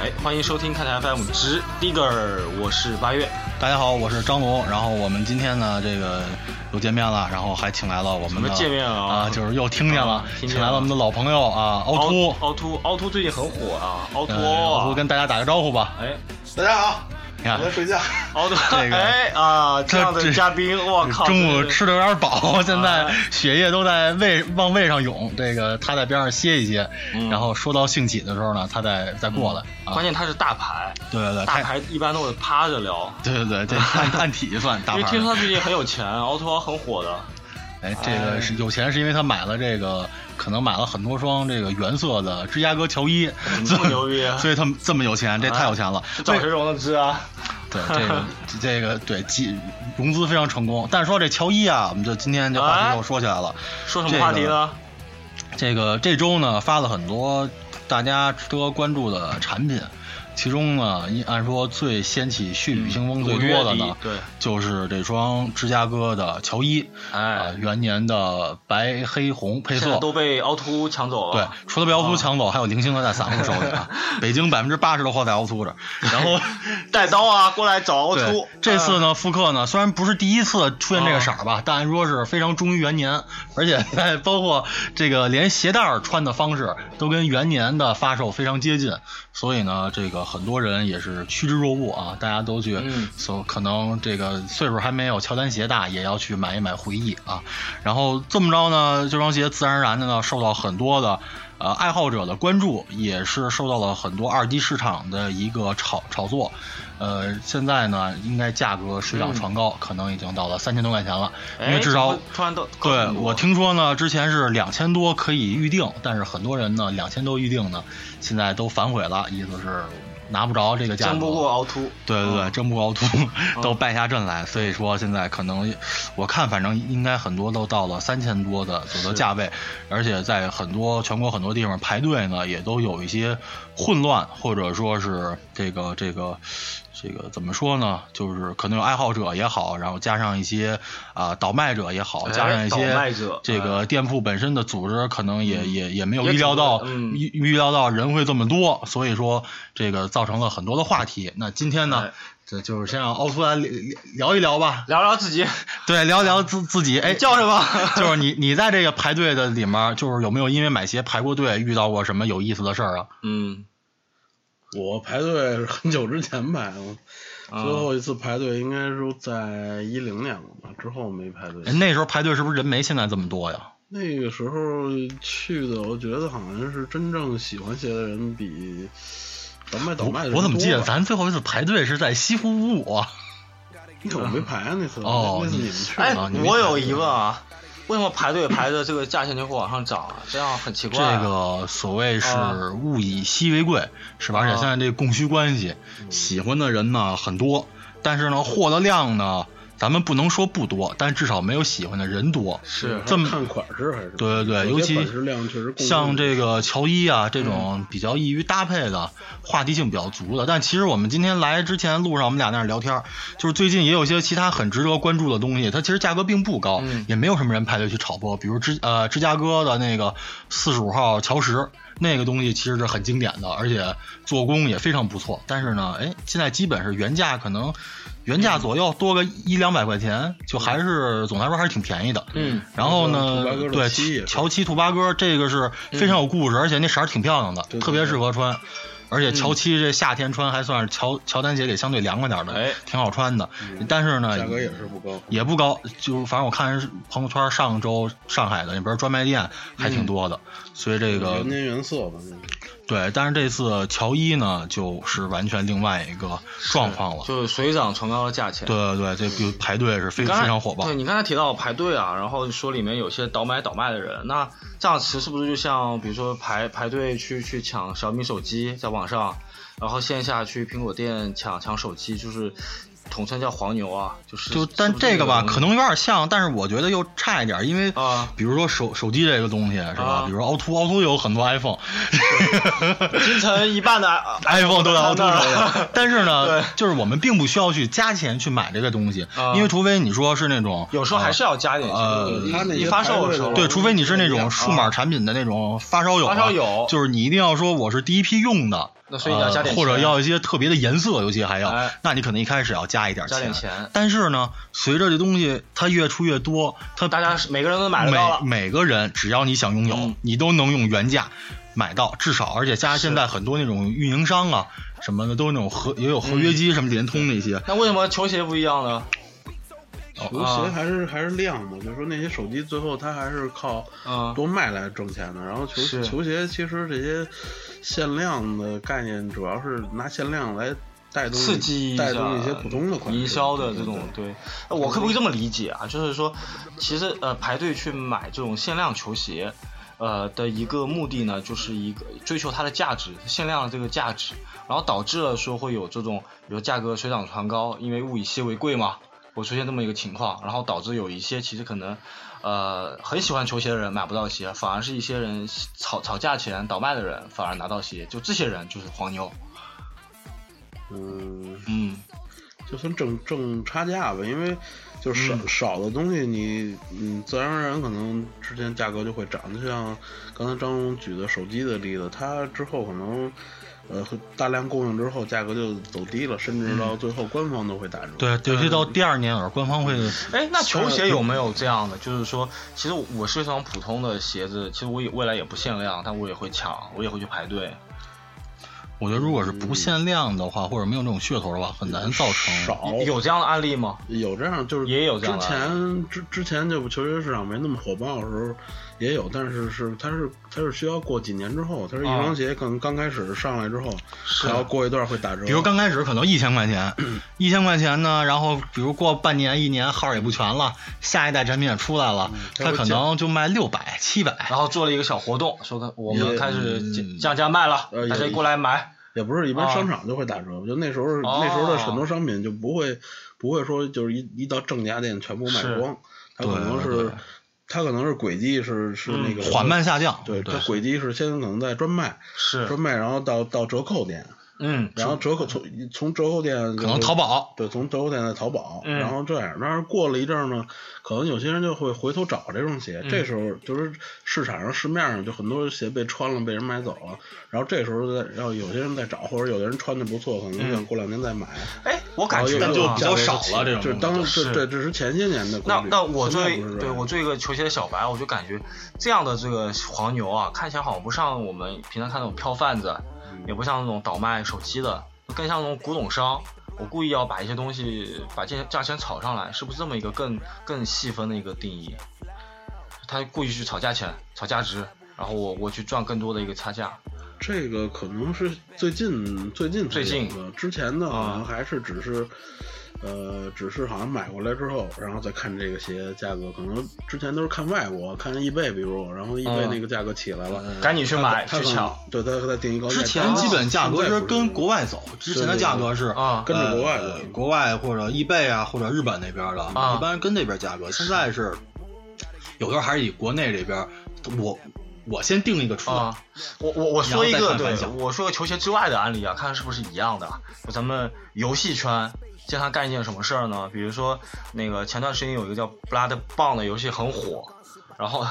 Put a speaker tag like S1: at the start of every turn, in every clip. S1: 哎，欢迎收听看台 FM 之 Digger，我是八月。
S2: 大家好，我是张龙。然后我们今天呢，这个又见面了，然后还请来了我们
S1: 什
S2: 的
S1: 么见面了
S2: 啊、就是又听见了，
S1: 啊听见了
S2: 请来了我们的老朋友啊，凹
S1: 凹
S2: 凸，
S1: 凹凸，凹凸最近很火啊，凹凸
S2: 呃凹凸
S1: 哦，
S2: 跟大家打个招呼吧。
S1: 哎，
S3: 大家好，
S2: 你
S3: 我
S2: 看
S3: 在，睡觉。
S1: 凹凸，
S2: 这 个
S1: 哎啊，这样的
S2: 这
S1: 嘉宾，我靠，
S2: 中午
S1: 这
S2: 吃的有点饱， 现在
S1: 哎
S2: 血液都在胃往胃上涌。这个他在边上歇一歇，
S1: 嗯
S2: 然后说到兴起的时候呢，他再再过来。啊
S1: 关，键他是大牌，
S2: 对对对，
S1: 大
S2: 呃他
S1: 牌一般都是趴着聊，
S2: 对对对，这按 按体算大
S1: 因为
S2: 牌
S1: 听说
S2: 的。
S1: 他最近很有钱，凹凸很火的，
S2: 哎，这个是有钱是因为他买了这个，可能买了很多双这个原色的芝加哥球衣，
S1: 怎么这么牛逼啊哎
S2: 所以他们这么有钱，这太有钱了。
S1: 是找谁融的资啊？
S2: 对这个这个对，集融资非常成功。但是说这乔伊啊，我们就今天这话
S1: 哎
S2: 题又说起来了。
S1: 说什么话题呢？
S2: 这个这周呢发了很多大家值得关注的产品，其中呢，一按说最掀起血雨腥风最多
S1: 嗯
S2: 的
S1: 五月
S2: 呢
S1: 底，对，
S2: 就是这双芝加哥的乔伊，啊，
S1: 哎，
S2: 元年的白黑红配
S1: 现在
S2: 色。
S1: 都被凹凸抢走
S2: 对
S1: 了。，
S2: 除了被凹
S1: 啊
S2: 凸抢走，还有零星的在散户手里 啊。北京百分之八十的货在凹凸着，然后
S1: 带刀啊，过来找凹
S2: 对
S1: 凸。，
S2: 这次
S1: 呢，
S2: 呢，复刻呢，虽然不是第一次出现这
S1: 啊
S2: 个色儿吧，但说是非常忠于元年，而且 在包括这个连鞋带儿穿的方式都跟元年的发售非常接近，所以呢，这个很多人也是趋之若鹜啊，大家都去，
S1: 嗯
S2: 所可能这个岁数还没有乔丹鞋大，也要去买一买回忆啊。然后这么着呢，这双鞋自然而然的呢，受到很多的。呃，爱好者的关注也是受到了很多二级市场的一个炒炒作，呃，现在呢，应该价格水涨船高，可能已经到了三千多块钱了，因为
S1: 嗯哎
S2: 至少
S1: 怎么突然都
S2: 对我听说呢，之前是两千多可以预定，但是很多人呢，两千多预定呢，现在都反悔了，意思是拿不着这个价格，
S1: 争不过凹凸。
S2: 对对对，
S1: 嗯
S2: 争不高通 都败下阵来，所以说现在可能，我看反正应该很多都到了三千多的左右价位，而且在很多全国很多地方排队呢，也都有一些混乱，或者说是这个这个这个怎么说呢？就是可能有爱好者也好，然后加上一些啊、倒卖者也好，
S1: 哎
S2: 加上一些
S1: 倒卖者哎嗯
S2: 这个店铺本身的组织，可能也也也没有预料到
S1: 也挺多的嗯
S2: 预预料到人会这么多，所以说这个造成了很多的话题。那今天呢
S1: 哎，
S2: 这就是先让凹凸来聊聊一聊吧，
S1: 聊聊自己，
S2: 对，聊一聊自自己，哎，
S1: 你 叫什么？
S2: 就是你你在这个排队的里面，就是有没有因为买鞋排过队，遇到过什么有意思的事儿啊？
S1: 嗯，
S3: 我排队是很久之前排的，
S1: 啊
S3: 最后一次排队应该是在一零年了吧，之后没排队
S2: 哎。那时候排队是不是人没现在这么多呀？
S3: 那个时候去的，我觉得好像是真正喜欢鞋的人比倒卖倒卖的人
S2: 我怎么记得
S3: 多吧
S2: 咱最后一次排队是在西湖五五啊？
S3: 那我没排啊那次，
S2: 哦
S3: 那次
S2: 你
S3: 你们去
S1: 哎
S3: 了。
S2: 啊你，
S1: 我有疑问啊，为什么排队排的这个价钱就会往上涨啊？这样很奇怪啊。
S2: 这个所谓是
S1: 啊
S2: 物以稀为贵，是吧？而且
S1: 啊嗯
S2: 现在这个供需关系，喜欢的人呢很多，但是呢货的量呢，咱们不能说不多，但至少没有喜欢的人多。
S1: 是
S2: 这么
S3: 看款式还是
S2: 对对对，尤
S3: 有些
S2: 其
S3: 款式量确实供应嗯
S2: 像这个乔伊啊这种比较易于搭配的、话题性比较足的，但其实我们今天来之前路上我们俩在那儿聊天儿，就是最近也有一些其他很值得关注的东西，它其实价格并不高，
S1: 嗯
S2: 也没有什么人排队去炒波，比如芝呃芝加哥的那个四十五号乔石。那个东西其实是很经典的，而且做工也非常不错。但是呢，哎，现在基本是原价可能原
S3: 嗯
S2: 价左右多个一两百块钱，就还是总来说还是挺便宜的。
S1: 嗯，
S2: 然后呢
S3: 土八哥，的
S2: 对，
S3: 漆也是嗯
S2: 乔七兔八哥这个是非常有故事，而且那色儿挺漂亮的，
S3: 对对嗯
S2: 特别适合穿。而且乔七这夏天穿还算是乔乔丹鞋里相对凉快点的，
S1: 哎
S2: 挺好穿的。但是呢，
S3: 嗯价格也是不高。
S2: 也不高，就是反正我看人朋友圈上周上海的那边专卖店还
S3: 嗯
S2: 挺多的，所以这个
S3: 元年原色吧，那个
S2: 哦对，但是这次乔伊呢就是完全另外一个状况了。
S1: 就是水涨船高的价钱。
S2: 对对对，这比如排队是非
S1: 刚才
S2: 非常火爆。
S1: 对你刚才提到排队啊，然后说里面有些倒买倒卖的人，那这样词是不是就像比如说排排队去去抢小米手机在网上，然后线下去苹果店抢抢手机，就是统称叫黄牛啊，就是
S2: 就是但
S1: 不是
S2: 这个吧，
S1: 东西
S2: 可能有点像，但是我觉得又差一点，因为
S1: 啊
S2: 比如说手手机这个东西是吧
S1: 啊？
S2: 比如说凹凸，凹凸有很多 iPhone，
S1: 京城一半的啊
S2: iPhone 都在凹凸手里。但是呢
S1: 对，
S2: 就是我们并不需要去加钱去买这个东西
S1: 啊，
S2: 因为除非你说是那种啊
S1: 有时候还是要加点钱，
S2: 呃
S1: 就是
S3: 他那
S1: 一
S3: 些
S1: 发售的时候，
S3: 排队
S2: 对，
S3: 的
S2: 除非你是那种数码产品的那种发烧友啊，
S1: 嗯发烧友
S2: 就是你一定要说我是第一批用的，呃
S1: 那所以你要加点
S2: 或者
S1: 钱
S2: 要一些特别的颜色，尤其还要，
S1: 哎
S2: 那你可能一开始要加一点
S1: 加点钱
S2: 但是呢，随着这东西它越出越多，它
S1: 大家是每个人都买得到了
S2: 每，每个人只要你想拥有，
S1: 嗯
S2: 你都能用原价买到，至少而且加上现在很多那种运营商啊什么的都有那种合也有合
S1: 嗯
S2: 约机什么联通那些，
S1: 那为什么球鞋不一样呢？
S3: 球
S2: 啊
S3: 鞋还是还是量的，就是说那些手机最后它还是靠
S1: 嗯，
S3: 多卖来挣钱的。然后球
S1: 是
S3: 球鞋其实这些限量的概念，主要是拿限量来带动
S1: 刺激一下
S3: 带动一些普通的款式
S1: 营销的
S3: 对
S1: 这种
S3: 对对
S1: 对，呃我可不可以这么理解啊？就是说，其实呃排队去买这种限量球鞋，呃的一个目的呢，就是一个追求它的价值，限量的这个价值，然后导致了说会有这种，比如价格水涨船高，因为物以稀为贵嘛，会出现这么一个情况，然后导致有一些其实可能。呃，很喜欢球鞋的人买不到鞋，反而是一些人炒炒价钱倒卖的人反而拿到鞋，就这些人就是黄牛。
S3: 嗯，
S1: 嗯，
S3: 就算挣挣差价吧，因为就少、
S1: 嗯
S3: 少的东西你，嗯，自然而然可能之前价格就会涨。就像刚才张总举的手机的例子，它之后可能呃大量供应之后，价格就走低了，甚至
S1: 嗯
S3: 到最后官方都会打折。
S2: 对，尤其到第二年，有时候官方会
S1: 哎，那球鞋有没有这样的？就是说，其实我是一双普通的鞋子，其实我也未来也不限量，但我也会抢，我也会去排队。
S2: 我觉得如果是不限量的话，或者没有那种噱头的话，很难造成。
S3: 少
S1: 有有这样的案例吗？
S3: 有这样就是
S1: 也有这
S3: 之
S1: 样的
S3: 前之之前就球鞋市场没那么火爆的时候也有，但是是它是它是需要过几年之后，它是一
S1: 啊
S3: 双鞋可能刚开始上来之后，还要过一段会打折。
S2: 比如刚开始可能一千块钱，
S3: 嗯
S2: 一千块钱呢，然后比如过半年一年号儿也不全了，下一代产品也出来了，它
S3: 它嗯会啊
S2: 可能就卖六百、七百。
S1: 然后做了一个小活动，说的我们
S3: 也
S1: 开始
S2: 嗯
S1: 降降价卖了，
S3: 呃
S1: 大家
S3: 也
S1: 过来买。
S3: 也不是一般
S1: 啊哦
S3: 商场就会打折，就那时候、那时候的很多商品就不会不会说就是一一到正价店全部卖光，它可能
S2: 对对
S3: 是
S2: 对
S3: 它可能是轨迹是是
S1: 嗯
S3: 那个
S2: 缓慢，下降，
S3: 对它
S2: 对，
S3: 轨迹是先可能在专卖专
S1: 是，
S3: 卖，然后到到折扣店，
S1: 嗯，
S3: 然后折扣从从折扣店
S2: 可
S3: 可
S2: 能淘宝，
S3: 对，从折扣店再淘宝，
S1: 嗯
S3: 然后这样，但是过了一阵儿呢，可能有些人就会回头找这双
S1: 嗯
S3: 鞋，这时候就是市场上市面上就很多鞋被穿了，被人买走了，然后这时候再要有些人再找，或者有的人穿的不错，可
S1: 嗯
S3: 能想过两年再买，
S1: 哎，我感觉
S3: 然后
S2: 就
S3: 又
S1: 啊
S2: 比较少了这种
S3: 这
S2: 东西
S3: 当
S1: 是
S3: 这这这是前些年的规
S1: 那
S3: 律，
S1: 那我作
S3: 现在
S1: 为
S3: 不是这
S1: 对
S3: 样
S1: 我作为一个球鞋的小白，我就感觉这样的这个黄牛啊，看起来好像不像我们平常看那种票贩子，
S3: 嗯
S1: 也不像那种倒卖手机的，更像那种古董商。我故意要把一些东西把价价钱炒上来，是不是这么一个更更细分的一个定义？他故意去炒价钱、炒价值，然后我我去赚更多的一个差价。
S3: 这个可能是最近最近才
S1: 最近
S3: 有的之前的好
S1: 啊
S3: 像还是只是，呃，只是好像买过来之后，然后再看这个鞋价格，可能之前都是看外国，看易贝，比如，然后易贝
S1: 嗯
S3: 那个价格起来了，
S1: 赶紧去买
S3: 呃他
S1: 去
S3: 可能
S1: 抢，
S3: 对，他他定一高价，
S2: 之前
S3: 但
S2: 基本价格
S3: 现在
S2: 是
S3: 不
S2: 跟国外走，之前的价格是
S1: 啊
S3: 跟着国外
S2: 呃
S3: 走
S2: 国外或者易贝啊，或者日本那边的，
S1: 啊
S2: 一般跟那边价格。现在是有时候还是以国内这边，我我先定一个出来，
S1: 啊、我我我说一
S2: 然后
S1: 个
S2: 再看
S1: 对
S2: 反响，
S1: 我说个球鞋之外的案例啊，看看是不是一样的啊。就咱们游戏圈经常干一件什么事儿呢？比如说那个前段时间有一个叫《Blood b o n 的游戏很火，然后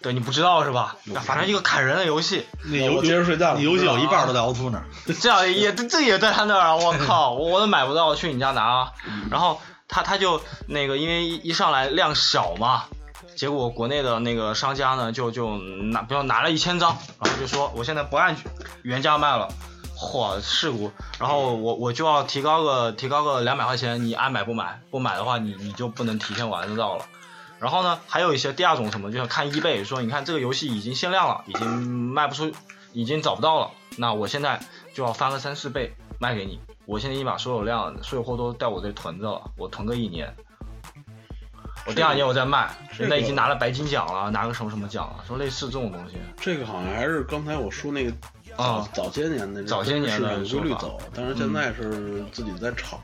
S1: 对你不知道是吧？那反正一个砍人的游戏，
S2: 那
S3: 我
S2: 游
S3: 接着睡觉
S2: 你游戏有一半都在凹凸那儿，
S1: 这样也这也在他那儿啊！我 靠，我我都买不到，我去你家拿啊。然后他他就那个，因为一一上来量小嘛，结果国内的那个商家呢，就就拿，比如拿了一千张，然后就说我现在不按原价卖了，嚯，事故。然后我我就要提高个提高个两百块钱，你爱买不买？不买的话，你你就不能提前玩得到了。然后呢，还有一些第二种什么，就像看 eBay 说，你看这个游戏已经限量了，已经卖不出，已经找不到了，那我现在就要翻个三四倍卖给你。我现在已经把所有量、所有货都在我这囤着了，我囤个一年，我第二年我再卖。
S3: 这
S1: 人
S3: 个
S1: 家已经拿了白金奖了，拿个什么什么奖了，说类似这种东西。
S3: 这个好像还是刚才我说那个早、
S1: 啊
S3: 早些年的
S1: 早些年的
S3: 市场规律
S1: 说法
S3: 走，但是现在是自己在炒，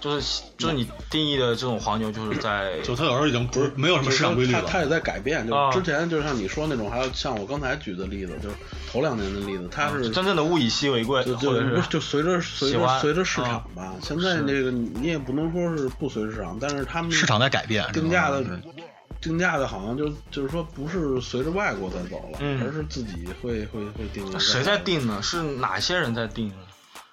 S1: 就是就是你定义的这种黄牛，就是在
S2: 就它有时候已经不是没有什么
S3: 就是
S2: 市场规律
S3: 它
S2: 了。
S3: 它也在改变。
S1: 啊
S3: 就之前就像你说那种，还有像我刚才举的例子，就是头两年的例子，它是
S1: 啊真正的物以稀为贵，
S3: 就
S1: 或
S3: 就
S1: 者
S3: 不
S1: 是
S3: 就随着随
S1: 喜欢啊
S3: 着随着市场吧。现在
S1: 是
S3: 这个你也不能说是不随市场，但是他们
S2: 市场在改变，
S3: 嗯定价的
S2: 是吧
S3: 定价的好像就就是说不是随着外国在走了，
S1: 嗯啊
S3: 而是自己会会会定价。
S1: 谁在？定呢？是哪些人在定呢？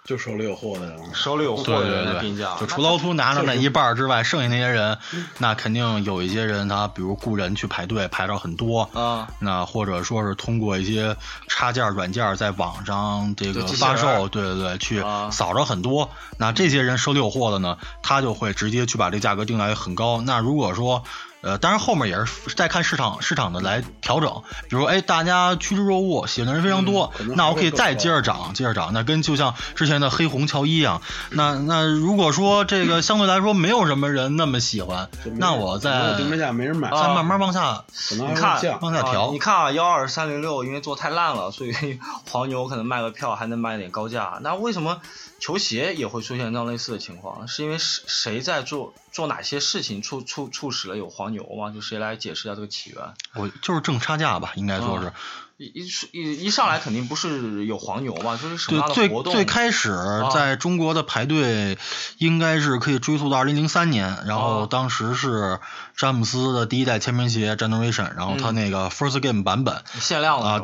S3: 就手里有货的人了。
S1: 手里有货
S2: 对
S1: 的人
S2: 对
S1: 在定
S2: 对
S3: 啊
S1: 价，，
S2: 就
S1: 那
S2: 除捞出拿着
S3: 就
S2: 那
S3: 是
S2: 一半儿之外，剩下那些人，
S3: 嗯
S2: 那肯定有一些人他比如雇人去排队排到很多，
S1: 啊，
S2: 那或者说是通过一些插件儿软件儿在网上这个
S1: 就机器人儿
S2: 发售，对对对，去
S1: 啊
S2: 扫着很多。那这些人手里有货的呢，他就会直接去把这价格定下来很高。那如果说呃，当然后面也是再看市场市场的来调整，比如哎，大家趋之若鹜，喜欢的人非常多，
S3: 嗯可能
S2: 那
S3: 还
S2: 我可以
S3: 会更
S2: 再
S3: 高
S2: 接着涨，接着涨。那跟就像之前的黑红乔伊一样，
S3: 嗯
S2: 那那如果说这个相对来说没有什么人那么喜欢
S3: 就没，人
S2: 那我
S3: 没
S2: 再
S3: 有定价啊没人买，
S2: 再慢慢往下
S3: 可能
S1: 啊你
S3: 还
S1: 看
S3: 会降。
S2: 往下调
S1: 啊你看啊，幺二三零六因为做太烂了，所以 黄牛可能卖个票还能卖点高价。那为什么球鞋也会出现这样类似的情况呢？是因为谁谁在做做哪些事情促促促使了有黄牛吗？就谁来解释一下这个起源？
S2: 我就是挣差价吧，应该说
S1: 啊
S2: 是。
S1: 一一一一上来肯定不是有黄牛嘛，就是什
S2: 对
S1: 么样，的
S2: 最
S1: 活动？啊
S2: 最开始在中国的排队，应该是可以追溯到二零零三年，然后
S1: 啊
S2: 当时是詹姆斯的第一代签名鞋 Generation，然后他那个 First Game 版本。
S1: 限量嗯了嗯
S2: 啊，
S1: 是吧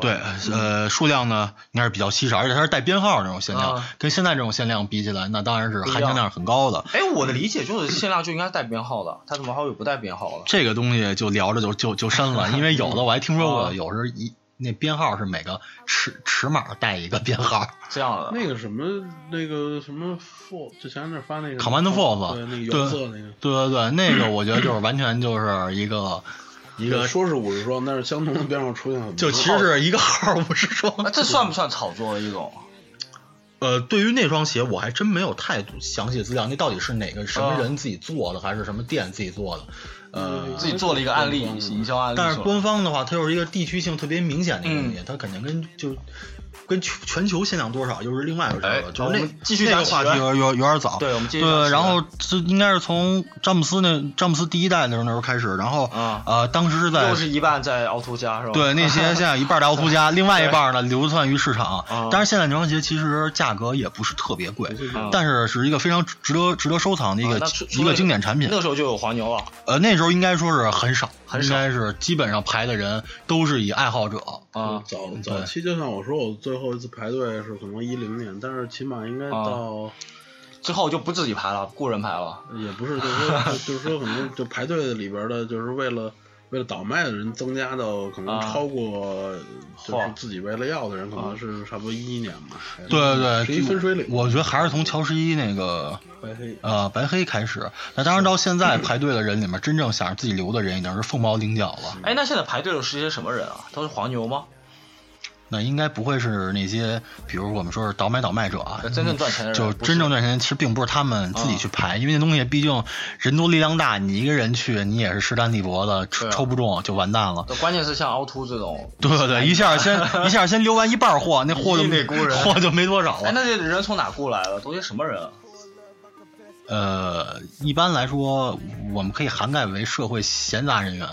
S2: 对，呃，数量呢应该是比较稀少，而且它是带编号那种限量，
S1: 啊
S2: 跟现在这种限量比起来，那当然是
S1: 不一
S2: 含
S1: 样
S2: 金量很高的。
S1: 哎，我的理解就是限量就应该带编号的，它怎么还有不带编号的？
S2: 这个东西就聊着就就就深了，因为有的我还听说过，
S1: 啊
S2: 有时候一那编号是每个尺尺码带一个编号，
S1: 这样的，
S3: 那个什么，那个什么 Four，就前两天发那个
S2: 卡曼德 Fox
S3: 对，那个
S2: 对
S3: 原色那个。
S2: 对对对，那个我觉得就是完全就是一个一个，
S3: 说是五十双，但是相同的边上出现很 多。
S2: 就其实是一个号五十双。
S1: 那这算不算炒作的一种？
S2: 呃，对于那双鞋我还真没有太详细的资料，那到底是哪个什么
S1: 啊
S2: 人自己做的，还是什么店自己做的？呃
S3: 嗯，
S1: 自己做了一个案例，营销案例吧，
S2: 嗯但是官方的话，它又是一个地区性特别明显的一个东西，它肯定跟就跟全全球限量多少又是另外一回事儿了。
S1: 哎
S2: 就是
S1: 我
S2: 那
S1: 们继续
S2: 那个
S1: 讲
S2: 话
S1: 起
S2: 题
S1: 源
S2: 有有有点早。
S1: 对我们继续讲
S2: 对，
S1: 起
S2: 然后
S1: 源
S2: 这应该是从詹姆斯那詹姆斯第一代的时候那时候开始，然后
S1: 啊
S2: 呃当时是在
S1: 又是一半在凹凸家是吧？啊
S2: 对，那鞋现在有一半儿的奥图 加，另外一半儿呢流窜于市场
S1: 啊。
S2: 但是现在这双鞋其实价格也不是特别贵
S1: 啊，
S2: 但是是一个非常值得值得收藏的一
S1: 啊
S2: 个
S1: 那除除
S2: 一个
S1: 了
S2: 经典产品
S1: 那。个时候就有黄牛了，
S2: 呃，那时候应该说是很少，
S1: 很
S2: 应
S1: 少
S2: 该是基本上排的人都是以爱好者。嗯
S1: 啊，
S3: 早早期，就像我说，我最后一次排队是可能一零年，但是起码应
S1: 啊
S3: 该到，
S1: 之后就不自己排了，雇人排了。
S3: 也不是，就是 说，就就是说，可能就排队里边的，就是为了为了倒卖的人增加到可能
S1: 啊
S3: 超过，就是
S1: 嚯啊
S3: 自己为了要的人，可能是差不多一一年吧。还是
S1: 嗯
S2: 对对
S3: 是
S2: 对，
S3: 一分水岭，
S2: 我觉得还是从乔十一那个
S3: 白黑。
S2: 呃白黑开始。那当然到现在排队的人里面，真正想让自己留的人已经是凤毛麟角了。
S1: 哎，那现在排队的是些什么人啊？都是黄牛吗？
S2: 那应该不会是那些，比如我们说是倒买倒卖者啊，
S1: 真正赚钱的人
S2: 就
S1: 不是
S2: 真正赚钱，其实并不是他们自己去排，因为那东西毕竟人多力量大，你一个人去，你也是势单力薄的，抽
S1: 对啊
S2: 抽不中就完蛋了。
S1: 都关键是像凹凸这种，
S2: 对对对，一下先一下先留完一半货，那货就
S1: 一定得雇人
S2: 货就没多少
S1: 哎，
S2: 了。
S1: 那这人从哪雇来的？都些什么人啊？
S2: 呃，一般来说，我们可以涵盖为社会闲杂人员，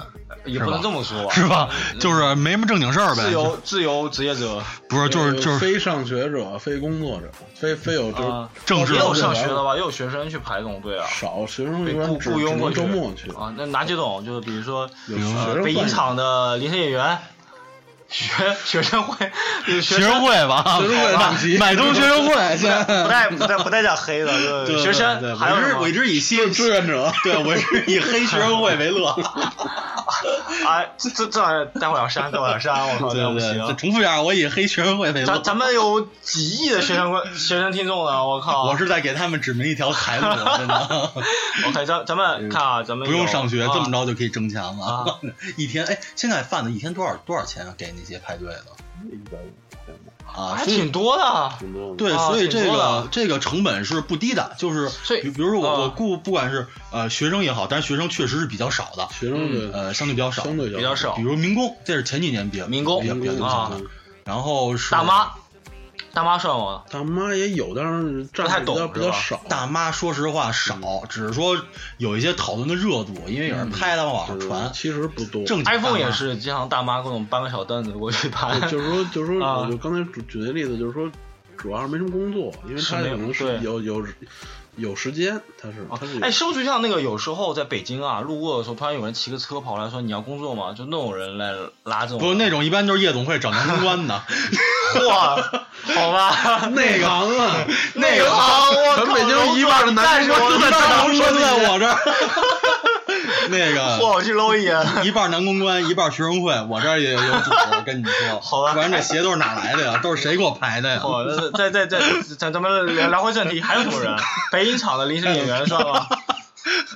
S1: 也不能这么说，
S2: 是吧？就是没什么正经事儿呗
S1: 自，由自由职业者，
S2: 就不是就是就是
S3: 呃非上学者、非工作者、非非有就是
S1: 啊
S2: 政治
S1: 也
S2: 的
S1: 有上学的吧，也有学生去排这种队啊。
S3: 少学生
S1: 被
S3: 一
S1: 雇
S3: 般只
S1: 雇
S3: 只
S1: 佣过
S3: 能
S1: 去
S3: 周末去，
S1: 啊。那哪几种？就是比如说，
S3: 有
S2: 如
S1: 呃
S3: 学生
S1: 北影
S3: 饭
S1: 厂的临时演员，学学生会，就是
S2: 学
S1: 学
S2: 生会 吧，
S3: 学生会党籍
S2: 买东西学生会，
S1: 不带不带不带不带讲黑的，就是学
S2: 对对对
S1: 生，还有
S2: 我
S1: 什
S2: 一直
S1: 么
S2: 我一直以新
S3: 志愿者，
S2: 对我是以黑学生会 为乐。
S1: 啊，这这这待会儿要删，待会儿要删，我靠，这不
S2: 再
S1: 行。
S2: 重复一下，我以黑学生会为乐
S1: 咱。咱们有几亿的学生观学生听众呢，我靠！
S2: 我是在给他们指明一条 财路，真的
S1: OK，咱咱们看啊，咱们
S2: 嗯不用上学，
S1: 有啊
S2: 这么着就可以挣钱了。
S1: 啊
S2: 一天，哎，现在贩子一天多少多少钱啊？给那些排队的
S3: 一百五
S2: 啊？
S1: 还
S2: 所以
S1: 挺多的。
S3: 挺多的。
S2: 对，
S1: 啊
S2: 所以
S1: 挺
S2: 这
S1: 多
S2: 个
S1: 的
S2: 这个成本是不低的，就是
S1: 所以
S2: 比比如说我
S1: 啊
S2: 我雇不管是呃学生也好，但是学生确实是比较少的，
S3: 学生
S1: 嗯
S3: 的
S2: 呃相对比较少，
S3: 相对
S1: 比较少
S2: 比如民工，这是前几年比较
S1: 民工
S2: 比较比较流行
S1: 啊
S2: 的，然后是
S1: 大妈，大妈算我
S3: 大妈也有，但是占比较比较少。
S2: 大妈说实话少，只是说有一些讨论的热度，因为有
S1: 嗯
S2: 人拍了往网上传。
S3: 其实不多。
S2: 正经大妈
S1: ，iPhone 也是经常大妈各种搬个小凳子过去拍。
S3: 哎 就是说，就是说，
S1: 啊
S3: 我就刚才举举那例子，就是说，主要是没什么工作，因为
S1: 是
S3: 他
S1: 没
S3: 可
S1: 有
S3: 能
S1: 对
S3: 是有有有时间，他是他是
S1: 哎，是不是就像那个有时候在北京啊，路过的时候，突然有人骑个车跑来说你要工作吗？就那种人来拉这种人，
S2: 不是那种一般就是夜总会找男公关 的，
S1: 哇，好吧，
S3: 内行啊，
S1: 那个啊，我
S3: 咱
S1: 靠
S3: 北京一半的男
S1: 你带着
S3: 生
S1: 我
S3: 都在
S2: 男
S3: 大
S2: 公
S3: 陆
S2: 关在
S3: 在
S2: 我这 儿，那
S1: 哇，
S2: 个
S1: 我去搂一眼。
S2: 一半男公关，一半学生会，我这儿也有组织，我跟你 说，
S1: 好
S3: 啊
S1: 吧
S2: 不然这鞋都是哪来的呀？都是谁给我排的呀？
S1: 哦，那再再再咱咱们聊聊回正题，还有什么人？北影厂的临时演员算 吗？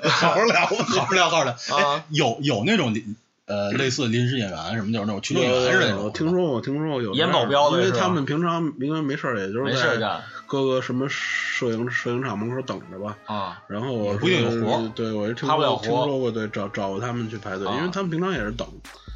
S2: 好好聊， 好好聊，好好聊。
S1: 啊
S2: 哎，有有那种临呃类似临时演员什么，就是那种群众演员似的那
S3: 我
S2: 种。
S3: 听说过，听说过有
S1: 演
S3: 这样
S1: 保镖的
S3: 因为
S1: 是
S3: 他
S1: 吧
S3: 们平常应该没事儿，也就是
S1: 没事儿
S3: 在
S1: 干
S3: 各个什么摄影摄影厂门口等着吧。
S1: 啊，
S3: 然后我
S2: 也不一定有
S3: 是
S2: 活儿
S3: 对我是听
S1: 他不了
S3: 说听
S1: 活儿
S3: 说过，对找找他们去排队，
S1: 啊
S3: 因为他们平常也是等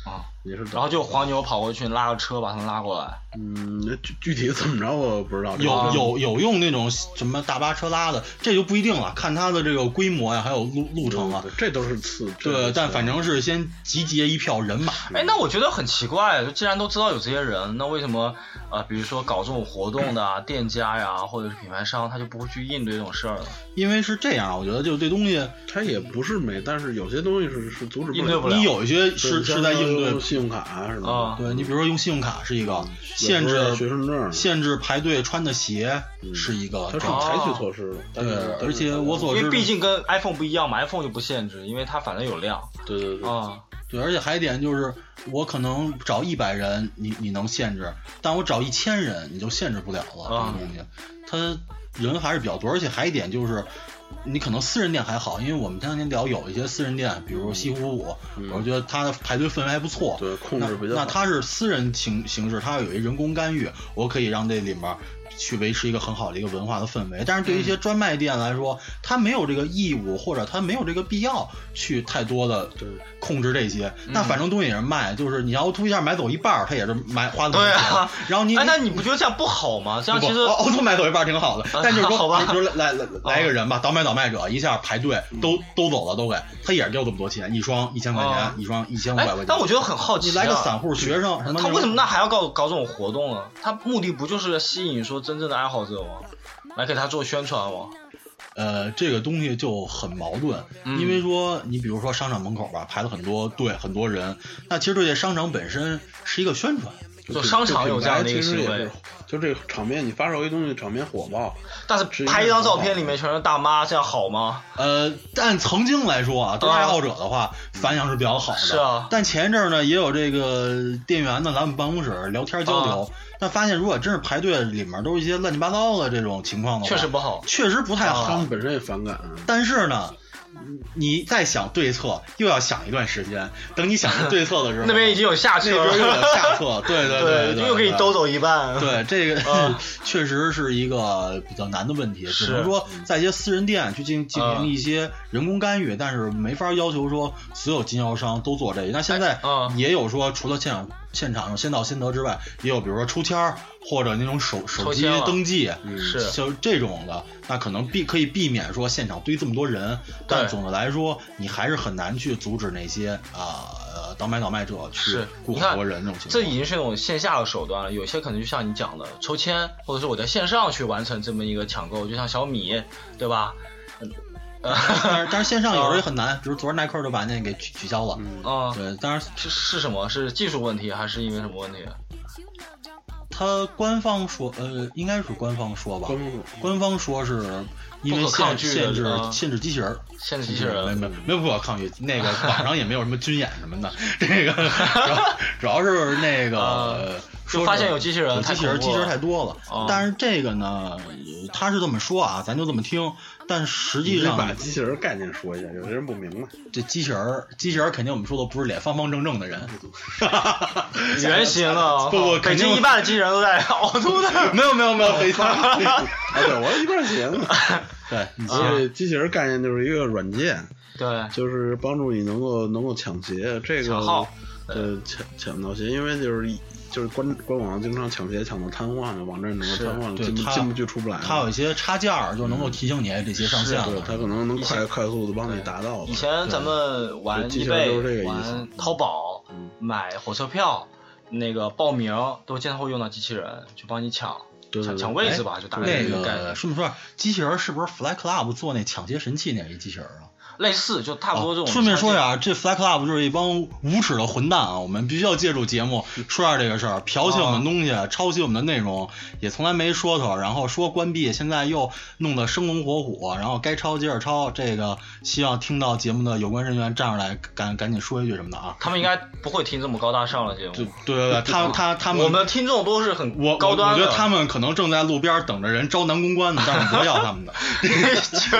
S1: 啊，
S3: 也是等。
S1: 然后就黄牛跑过去拉个车把他们拉过来。
S3: 嗯，那具具体怎么着我不知道。嗯
S2: 有
S1: 啊
S2: 有有用那种什么大巴车拉的，这就不一定了，看它的这个规模呀，还有路路程啊。
S3: 对这都是次。这都
S2: 对，
S3: 是
S2: 但
S3: 次
S2: 反正是先集结一票人马，
S1: 哎，那我觉得很奇怪，就既然都知道有这些人，那为什么啊、呃比如说搞这种活动的啊，店家呀，或者是品牌商，他就不会去应对这种事儿呢？
S2: 因为是这样，我觉得就这东西，
S3: 它也不是没，但是有些东西是是阻止
S1: 应对
S3: 了
S1: 不
S3: 的。
S1: 了
S2: 你有一些
S3: 对
S2: 是
S3: 像
S2: 是在应对
S3: 用，信用卡啊什么
S1: 啊
S3: 的，
S2: 对你比如说用信用卡是一个限
S3: 有时候
S2: 制
S3: 学生证儿，
S2: 限制排队穿的鞋是一个
S3: 它，是啊
S1: 哦
S3: 采取措施的。但
S2: 啊对
S3: 是，
S2: 而且我所
S1: 因
S2: 知
S1: 为
S2: 道
S1: 毕竟跟 iPhone 不一样嘛，iPhone 就不限制，因为它反正有量
S3: 对对对，
S1: 啊。
S2: 对，而且还有一点就是，我可能找一百人，你你能限制，但我找一千人，你就限制不了了。
S1: 啊
S2: 这个东西，它人还是比较多，而且还有一点就是，你可能私人店还好，因为我们前两天聊有一些私人店，比如说西湖五，我觉得它的排队氛围还不错。
S3: 嗯对控制比较
S2: 那那
S3: 好
S2: 它是私人形形式，它有一人工干预，我可以让这里面去维持一个很好的一个文化的氛围。但是对于一
S3: 嗯
S2: 些专卖店来说，它没有这个义务或者它没有这个必要去太多的
S3: 对嗯
S2: 控制这些。那反正东西也是卖，就是你要突一下买走一半儿，它也是买花那么多 钱。
S1: 对啊
S2: 然后你
S1: 哎，那你不觉得这样不好吗？这样其实
S2: 不哦凹凸买走一半儿挺好的，但就是说，
S1: 啊 好吧嗯
S2: 你说来来来来一个人吧，倒买倒卖者一下排队都都走了，都给他也是就这么多钱，一双一千块钱
S1: 啊，
S2: 一双一千五
S1: 哎
S2: 百块钱。，
S1: 但我觉得很好奇、
S2: 你
S1: 啊，
S2: 来个散户学生，什么
S1: 他为什么那还要搞搞这种活动呢？他目的不就是吸引说真正的爱好者吗？来给他做宣传吗？
S2: 呃，这个东西就很矛盾，
S1: 嗯
S2: 因为说你比如说商场门口吧，排了很多队，很多人，那其实对这商场本身是一个宣传，
S1: 就商场有这样的一个行
S3: 品牌其实
S1: 为
S3: 也是，，就这个场面，你发售一东西，场面火爆，
S1: 但是拍一张照片里面全是大妈，这样好吗？
S2: 呃，但曾经来说啊，对爱好者的话、反响是比较好的。
S1: 是啊
S2: 但前一阵儿呢，也有这个店员呢来我们办公室聊天交
S1: 啊
S2: 流，但发现如果真是排队里面都是一些乱七八糟的这种情况的话，
S1: 确实不好。啊
S2: 确实不太好。
S3: 他们本身也反感。啊
S2: 但是呢，你再想对策，又要想一段时间。等你想对策的时候，
S1: 那边已经有下
S2: 那
S1: 车
S2: 边 又有
S1: 了，
S2: 下策，对对对对，
S1: 又给你
S2: 对
S1: 兜走一半。，
S2: 对，这个、
S1: 啊
S2: 确实是一个比较难的问题，只
S1: 是
S2: 能说在一些私人店去进进
S1: 啊
S2: 行一些人工干预，但是没法要求说所有经销商都做这个。那现在
S1: 哎啊
S2: 也有说，除了现场现场有先到先得之外，也有比如说抽签儿或者那种手手
S1: 抽
S2: 机
S1: 签了嗯
S2: 登记，
S1: 是
S2: 就这种的，那可能避可以避免说现场堆这么多人，但
S1: 对
S2: 总的来说，你还是很难去阻止那些啊。呃倒买倒卖者去
S1: 是
S2: 雇
S1: 你
S2: 很
S1: 看
S2: 多人这种情况，
S1: 这已经是那种线下的手段了。有些可能就像你讲的抽签，或者是我在线上去完成这么一个抢购，就像小米，对吧？嗯，
S2: 但是但是线上有时候也很难，比如昨儿耐克就把那给取取消了。
S1: 啊，
S2: 对，当然
S1: 是是什么？是技术问题还是因为什么问题？啊
S2: 他官方说，呃，应该是官方说吧，
S3: 官方说
S2: 官方说是因为
S1: 不可抗
S2: 限
S1: 拒的
S2: 限制
S1: 啊
S2: 限制机器人儿。
S1: 限制机器人嗯
S2: 没没没有不可抗拒，那 个网上也没有什么军演什么的，这个主 要主要是那个
S1: 啊
S2: 说
S1: 就发现有机器人
S2: 有机器
S1: 太
S2: 人
S1: 恐怖
S2: 机
S1: 了
S2: 器人太多了
S1: 啊。
S2: 但是这个呢，呃他是这么说啊，咱就这么听，但实
S3: 你
S2: 际
S3: 得
S2: 上
S3: 把机器人概念说一下，有些人不明白。
S2: 这机器人儿，机器人儿肯定我们说的不是脸方方正正的人，
S1: 原型啊！
S2: 不不，
S1: 北
S2: 肯定
S1: 京一半的机器人都在 凹凸的。
S2: 没有没有没有北方。
S3: 啊，对，我一半儿闲了。
S2: 对，嗯你接
S3: 所以机器人概念就是一个软件，
S1: 对，
S3: 就是帮助你能够能够抢鞋，这个
S1: 抢号
S3: 呃抢抢到鞋，因为就是一就是官官网上经常抢鞋抢到瘫痪了，网站整个瘫痪了，
S2: 对
S3: 进不
S2: 它
S3: 进不去出不来了。
S2: 它有一些插件儿，就能够提醒你哎这些上线
S3: 对，它
S2: 了。
S3: 可能能
S1: 前
S3: 快快速的帮你达到吧。
S1: 以前咱们玩
S3: 对机
S1: 易
S3: 器人
S1: 贝
S3: 都是这、个意思
S1: 玩淘宝、
S2: 嗯
S1: 买火车票，那个报名都经常会用到机器人去帮你抢。
S3: 对对
S1: 抢
S3: 对
S1: 抢位置吧，就大概
S2: 哎那
S1: 这概念
S2: 个，顺便说，机器人儿是不是 Fly Club 做那抢劫神器那一机器人儿啊？
S1: 类似就差不多这种。
S2: 顺便说一下，啊，这 Fly Club 就是一帮无耻的混蛋啊！我们必须要借助节目说一下这个事儿，剽窃我
S1: 哦
S2: 们的东西，抄袭我们的内容，也从来没说头。然后说关闭，现在又弄得生龙活虎，然后该抄接着抄。这个希望听到节目的有关人员站出来，赶赶紧说一句什么的啊！
S1: 他们应该不会听这么高大上的节
S2: 对
S1: 目。
S2: 对对，他他他们
S1: 我们的听众都是很
S2: 我
S1: 高端
S2: 我
S1: 的，
S2: 觉得他们可 能正在路边等着人招男公关呢，但是我不要他 们的，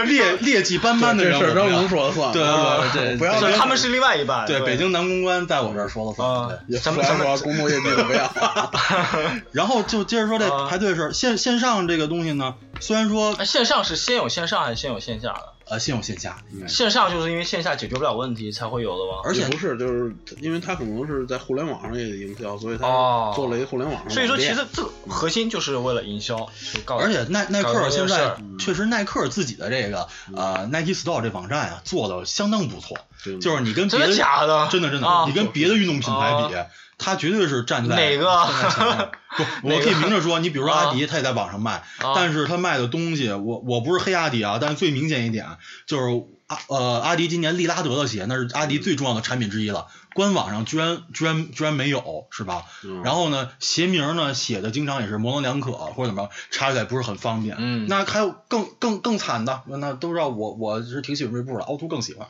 S2: 劣劣迹斑斑的
S3: 这
S2: 人，
S3: 事儿张
S2: 龙
S3: 龙说了算。
S2: 对对对对
S3: 不要
S1: 就
S3: 别
S1: 他们是另外一半。
S2: 对 北京男公关在我这儿说了算。
S1: 啊
S2: 对，
S3: 也
S1: 咱
S3: 不
S1: 们
S3: 要
S1: 咱
S3: 说
S1: 们
S3: 公布业绩怎么样？
S2: 然后就接着说这
S1: 啊
S2: 排队的事儿，线线上这个东西呢，虽然说
S1: 哎线上是先有线上还是先有线下的？
S2: 呃先有线下，应该是
S1: 线上就是因为线下解决不了问题才会有的吗？
S2: 而且
S3: 也不是，就是因为他可能是在互联网上也有营销，所以他
S1: 哦
S3: 做了一个互联网上的网店。
S1: 所以说，其实这个核心就是为了营销，就告诉
S2: 而且耐耐
S1: 哦搞
S2: 克
S1: 这
S2: 现
S1: 件事
S2: 在
S1: 儿嗯
S2: 确实耐克自己的这个呃 Nike Store 这网站啊做的相当不错，
S3: 对
S2: 就是你跟别
S1: 嗯真的假的？
S2: 真的真的，
S1: 啊哦
S2: 你跟别的运动品牌比，它绝对是站在
S1: 哪个
S2: 站在前面不，我可以明着 说，你比如说阿迪，它也在网上卖，
S1: 啊
S2: 但是它卖的东西，我我不是黑阿迪啊，但是最明显一点就是阿呃阿迪今年利拉德的鞋，那是阿迪最重要的产品之一了，官网上居然居然居然没有，是吧？
S3: 嗯
S2: 然后呢，鞋名呢写的经常也是模棱两可或者怎么着，查起来不是很方便。
S1: 嗯
S2: 那还有更更更惨的，那都知道我我是挺喜欢锐步的，凹凸更喜欢。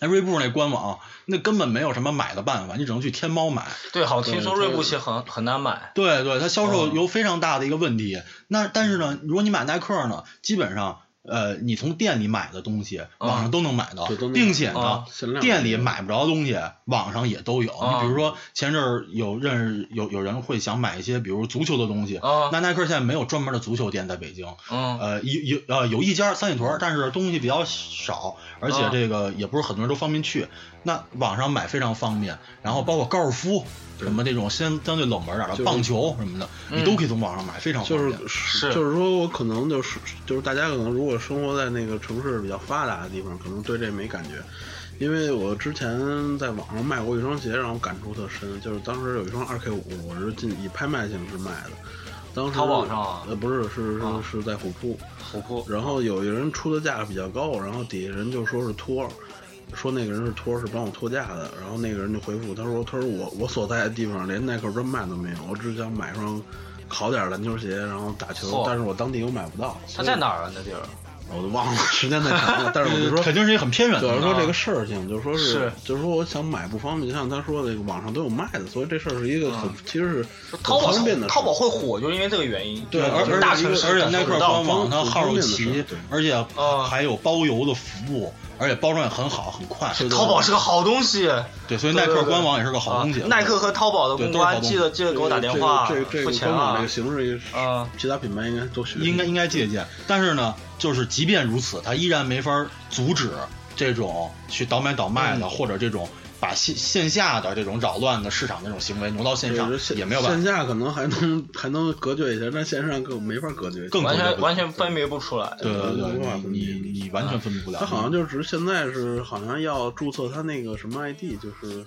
S2: 那锐步那官网那根本没有什么买的办法，你只能去天猫买。
S1: 对，好，听说
S3: 对
S1: 锐步鞋很很难买，
S2: 对对，它销
S3: 嗯
S2: 售有非常大的一个问题。那但是呢，如果你买耐克呢，基本上呃你从店里买的东西，网上都能买到，
S3: 嗯对都能嗯
S2: 并且呢。
S1: 啊
S3: 限量嗯
S2: 店里买不着东西，网上也都有。你
S1: 啊
S2: 比如说前阵儿有认识有有人会想买一些，比如足球的东西。
S3: 嗯
S1: 啊
S2: 那耐克现在没有专门的足球店在北京，
S1: 嗯，
S2: 呃，有有呃有一家三里屯儿，但是东西比较少，而且
S3: 嗯
S1: 啊
S2: 这个也不是很多人都方便去。那网上买非常方便，然后包括高尔夫什么这种相相对冷门点儿
S3: 就是
S2: 的
S3: 嗯
S2: 棒球什么的，你都可以从网上买，非常方
S3: 就
S2: 便。
S3: 是
S1: 是
S3: 就是说我可能就是就是大家可能如果生活在那个城市比较发达的地方，可能对这没感觉。因为我之前在网上卖过一双鞋，让我感触特深，就是当时有一双二 K 五，我是进以拍卖形式卖的。当时
S1: 淘宝上啊
S3: 呃，不是，是
S1: 啊
S3: 是是在虎扑。
S1: 虎扑
S3: 然后有一个人出的价格比较高，然后底下人就说是托儿，说那个人是托儿，是帮我托价的。然后那个人就回复他说：“他说我我所在的地方连耐克专卖都没有，我只想买双好点儿篮球鞋，然后打球
S1: 嚯，
S3: 但是我当地又买不到。”
S1: 它在？哪儿啊？那地儿？
S3: 我都忘了，时间太 长了。但是我就
S2: 呃
S3: 说，
S2: 肯定是一个很偏远的
S3: 主
S2: 地
S3: 要
S2: 方。
S3: 是说这个事情，就是说是，
S1: 是
S3: 就是说我想买不方便，就像他说的，网上都有卖的，所以这事儿是一个
S1: 嗯
S3: 很，其实是
S1: 淘宝
S3: 很方便的事儿。
S1: 淘宝会火，就是因为这个原因。
S3: 对
S2: 而
S3: 而
S2: 而
S1: 大
S2: 且
S1: 城市
S2: 而且
S1: 感受
S2: 耐
S1: 不
S2: 克
S1: 到
S2: 官网它
S3: 很
S2: 号
S3: 方
S2: 儿
S3: 便的事
S2: 齐
S3: 儿对，
S2: 而且
S1: 啊
S2: 还有包邮的服务，而且包装也很好，很快。
S3: 对
S1: 淘宝是个好东西，
S2: 对，所
S1: 对
S2: 以耐克
S1: 对对
S2: 官网也是个好东西。
S1: 啊耐克和淘宝的公
S2: 对都是好
S1: 关，
S2: 东西
S1: 记得记得给我打电话
S3: 这个这，个
S1: 付
S3: 这
S1: 钱
S3: 个官网这
S1: 啊
S3: 个。形式，
S1: 啊，
S3: 其他品牌应该都学
S2: 应该应该借鉴。但是呢，就是即便如此，它依然没法阻止这种去倒买倒卖的，
S1: 嗯
S2: 或者这种把线线下的这种扰乱的市场那种行为挪到线上
S3: 对线
S2: 也没有办
S3: 线
S2: 法。
S3: 下可能还能还能隔绝一下，但线上更没法隔绝。
S2: 更
S1: 完
S2: 对对
S1: 全
S2: 对
S1: 完全分别不出来。
S2: 对对
S3: 没办
S2: 对
S3: 法，
S2: 你你你完
S1: 啊
S2: 全分不了。
S3: 他好像就是现在是好像要注册他那个什么 ID，就是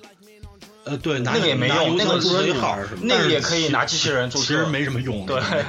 S2: 呃对，拿
S1: 那个也没
S2: 拿
S1: 用
S2: 邮
S1: 那
S2: 箱
S1: 个
S2: 注册一
S3: 不是
S2: 号
S3: 那个，
S1: 那个
S2: 但是
S1: 也可以
S2: 其
S1: 拿机器人注册。
S2: 其实没什么用。
S1: 对
S2: 真的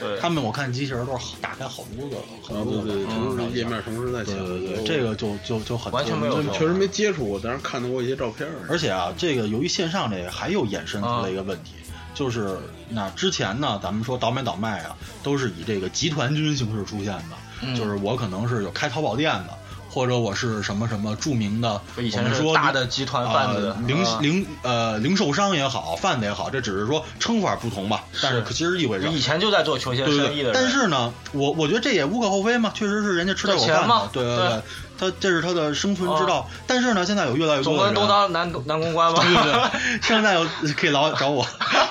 S1: 对，
S2: 他们我看机器人都是打开好多个，
S3: 啊
S2: 好
S3: 对
S2: 多个
S3: 对，
S2: 网
S3: 同
S2: 站
S3: 时
S2: 上
S3: 页面
S2: 的。
S3: 同时在
S2: 对
S3: 响。
S2: 嗯啊对对，这个就就就很
S1: 完全没有
S2: 就
S1: 用
S3: 确实没接触过，但是看到过一些照片儿。
S2: 而且啊，这个由于线上这个还有衍生
S1: 啊
S2: 出来一个问题，就是那之前呢，咱们说倒买倒卖啊，都是以这个集团军形式出现的，
S1: 嗯
S2: 就是我可能是有开淘宝店的，或者我是什么什么著名的，
S1: 以
S2: 我
S1: 前
S2: 们
S1: 是
S2: 说
S1: 大的集团贩子
S2: 呃，零
S1: 啊
S2: 零呃零售商也好，贩子也好，这只是说称法不同吧，但是
S1: 是
S2: 其实意味着。
S1: 以前就在做球鞋
S2: 对
S1: 生意
S2: 对
S1: 的
S2: 对，
S1: 人，
S2: 但是呢，我我觉得这也无可厚非嘛，确实是人家吃这口
S1: 赚钱
S2: 饭
S1: 嘛
S2: 的，对
S1: 对哦
S2: 对，他这是他的生存之道。但是呢，现在有越来越
S1: 总
S2: 多
S1: 不
S2: 的
S1: 能
S2: 人，
S1: 都当男男公关吧？
S2: 对对对，现在有可以老找我，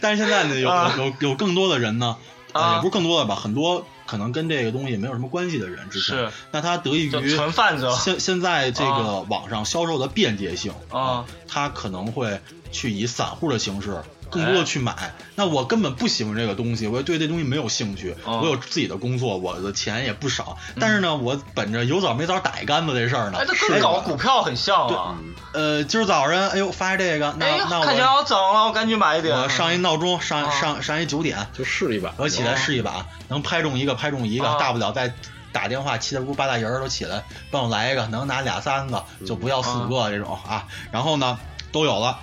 S2: 但是现在呢，有
S1: 啊
S2: 有有有更多的人呢，呃
S1: 啊
S2: 也不是更多的吧，很多可能跟这个东西没有什么关系的人，之前
S1: 是，
S2: 那他得益
S1: 就
S2: 于
S1: 纯贩子
S2: 现现在这个
S1: 啊
S2: 网上销售的便捷性
S1: 啊，
S2: 他可能会去以散户的形式更
S1: 哎
S2: 多的去买。那我根本不喜欢这个东西，我对这东西没有兴趣。
S1: 哦嗯
S2: 我有自己的工作，我的钱也不少，但是呢，我本着有枣没枣打一竿子这事儿呢
S1: 哎，，这
S2: 是
S1: 跟搞股票很像啊！
S3: 嗯
S2: 呃，今儿早上哎呦发现这个，那
S1: 哎，
S2: 那
S1: 看起来
S2: 我
S1: 要涨了，我赶紧买一点。
S2: 我上一闹钟，上
S1: 啊哦
S2: 上上一九点，
S3: 就试一把。
S2: 我起来试一把，能拍中一个拍中一个，
S1: 啊
S2: 大不了再打电话七大姑八大姨儿都起来帮我来一个，能拿俩三个就不要四
S1: 嗯
S2: 五个这种啊。然后呢，都有了，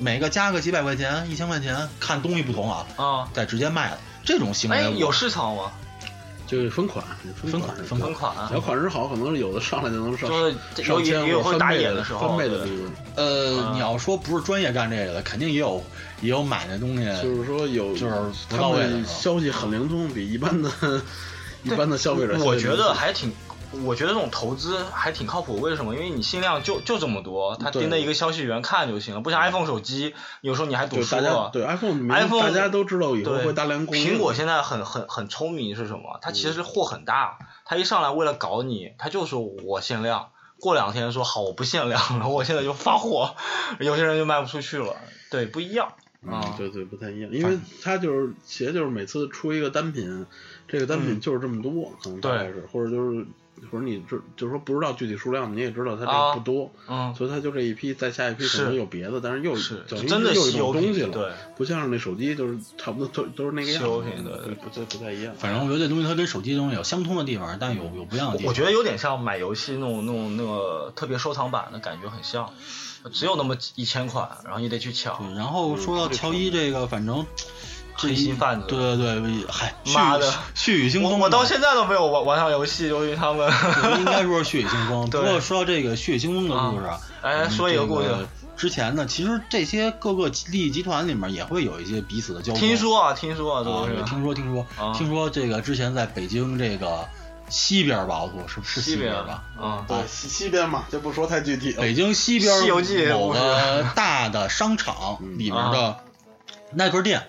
S2: 每个加个几百块钱、一千块钱，看东西不同啊，
S1: 啊，
S2: 再直接卖了。这种行为
S1: 哎，
S2: 我
S1: 有市场吗？
S3: 就是分款，
S2: 分
S3: 款
S2: 款
S3: 是吧，
S2: 分
S1: 分款啊
S3: 小款式好，可能有的上来就能上，
S1: 就是有
S3: 上千
S1: 也有
S3: 或者
S1: 会打
S3: 翻倍
S1: 野
S3: 的
S1: 时候，
S3: 翻倍的
S1: 对
S3: 利润。
S2: 呃
S1: 啊，
S2: 你要说不是专业干这个的，肯定也有也有买那东西。
S3: 就是说有，
S2: 就是不
S3: 他
S2: 到位的
S3: 们消息很灵通，比一般的 一般的消费者，
S1: 我觉得还挺，我觉得这种投资还挺靠谱。为什么？因为你信量就就这么多，他
S3: 对
S1: 盯着一个消息源看就行了，不像 iPhone 手机，有时候你还赌
S3: 就
S1: 输
S3: 大家
S1: 了。
S3: 对 iPhone 明
S1: iPhone
S3: 大家都知道以后
S1: 对，
S3: 会大量供应。
S1: 苹果现在很很很聪明是什么？它其
S3: 嗯
S1: 实货很大，它一上来为了搞你，它就说我限量，过两天说好我不限量了，我现在就发货，有些人就卖不出去了。对，不一样
S3: 嗯
S1: 啊，。
S3: 对对，不太一样，因为它就是鞋，就是每次出一个单品，这个单品就是这么多，可能大概是，或者就是或者你这就是说不知道具体数量，你也知道它这
S1: 啊
S3: 个不多，
S1: 嗯，
S3: 所以它就这一批，再下一批可
S1: 是
S3: 能有别的，但是又
S1: 是
S3: 等于
S1: 真的
S3: 又一
S1: 稀有
S3: 种
S1: 品
S3: 东西了，
S1: 对，
S3: 不像是那手机就是差不多都都是那个样
S1: 稀
S3: 子，
S1: 有品对对
S3: 不太不太一样。哎
S2: 反正我觉得这东西它跟手机东西有相通的地方，但有有不一样的地方。
S1: 我觉得有点像买游戏那种那种那个特别收藏版的感觉，很像，只有那么几一千款，然后你得去抢。
S2: 对，然后说到乔伊这个，反正这
S1: 黑心贩子
S2: 对对对，嗨，
S1: 妈的
S2: 血雨腥
S1: 我
S2: 风吧，
S1: 我到现在都没有玩玩上游戏，由于他们。
S2: 在应该说是血雨腥 风。不
S1: 对
S2: 过说到这个血雨腥风的故事，啊
S1: 哎，说一个故事。
S2: 嗯。这个之前呢，其实这些各个利益集团里面也会有一些彼此的交锋。
S1: 听说啊，听说啊，这
S2: 啊，
S1: 个
S2: 对，
S1: 是
S2: 听说听说
S1: 啊
S2: 听说这个之前在北京这个西边吧，我说是是
S1: 西
S2: 边
S1: 边
S2: 吧？
S1: 啊，
S3: 对西西边嘛，就不说太具体了。
S2: 北京西边
S1: 西游记
S2: 某
S1: 我是
S2: 个大的商场
S3: 嗯
S2: 里
S1: 啊
S2: 面的耐克店，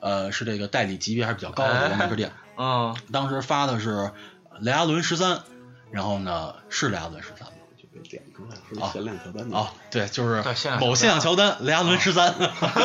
S2: 呃，是这个代理级别还是比较高
S1: 哎
S2: 的一个耐克店。
S1: 嗯，
S2: 当时发的是雷阿伦十三，然后呢是雷阿伦十三吗？
S3: 就别点出来，说限量乔丹的
S2: 啊，，对，就是
S1: 对限量
S2: 某
S1: 乔丹
S2: 限量乔丹雷阿伦十三，
S1: 啊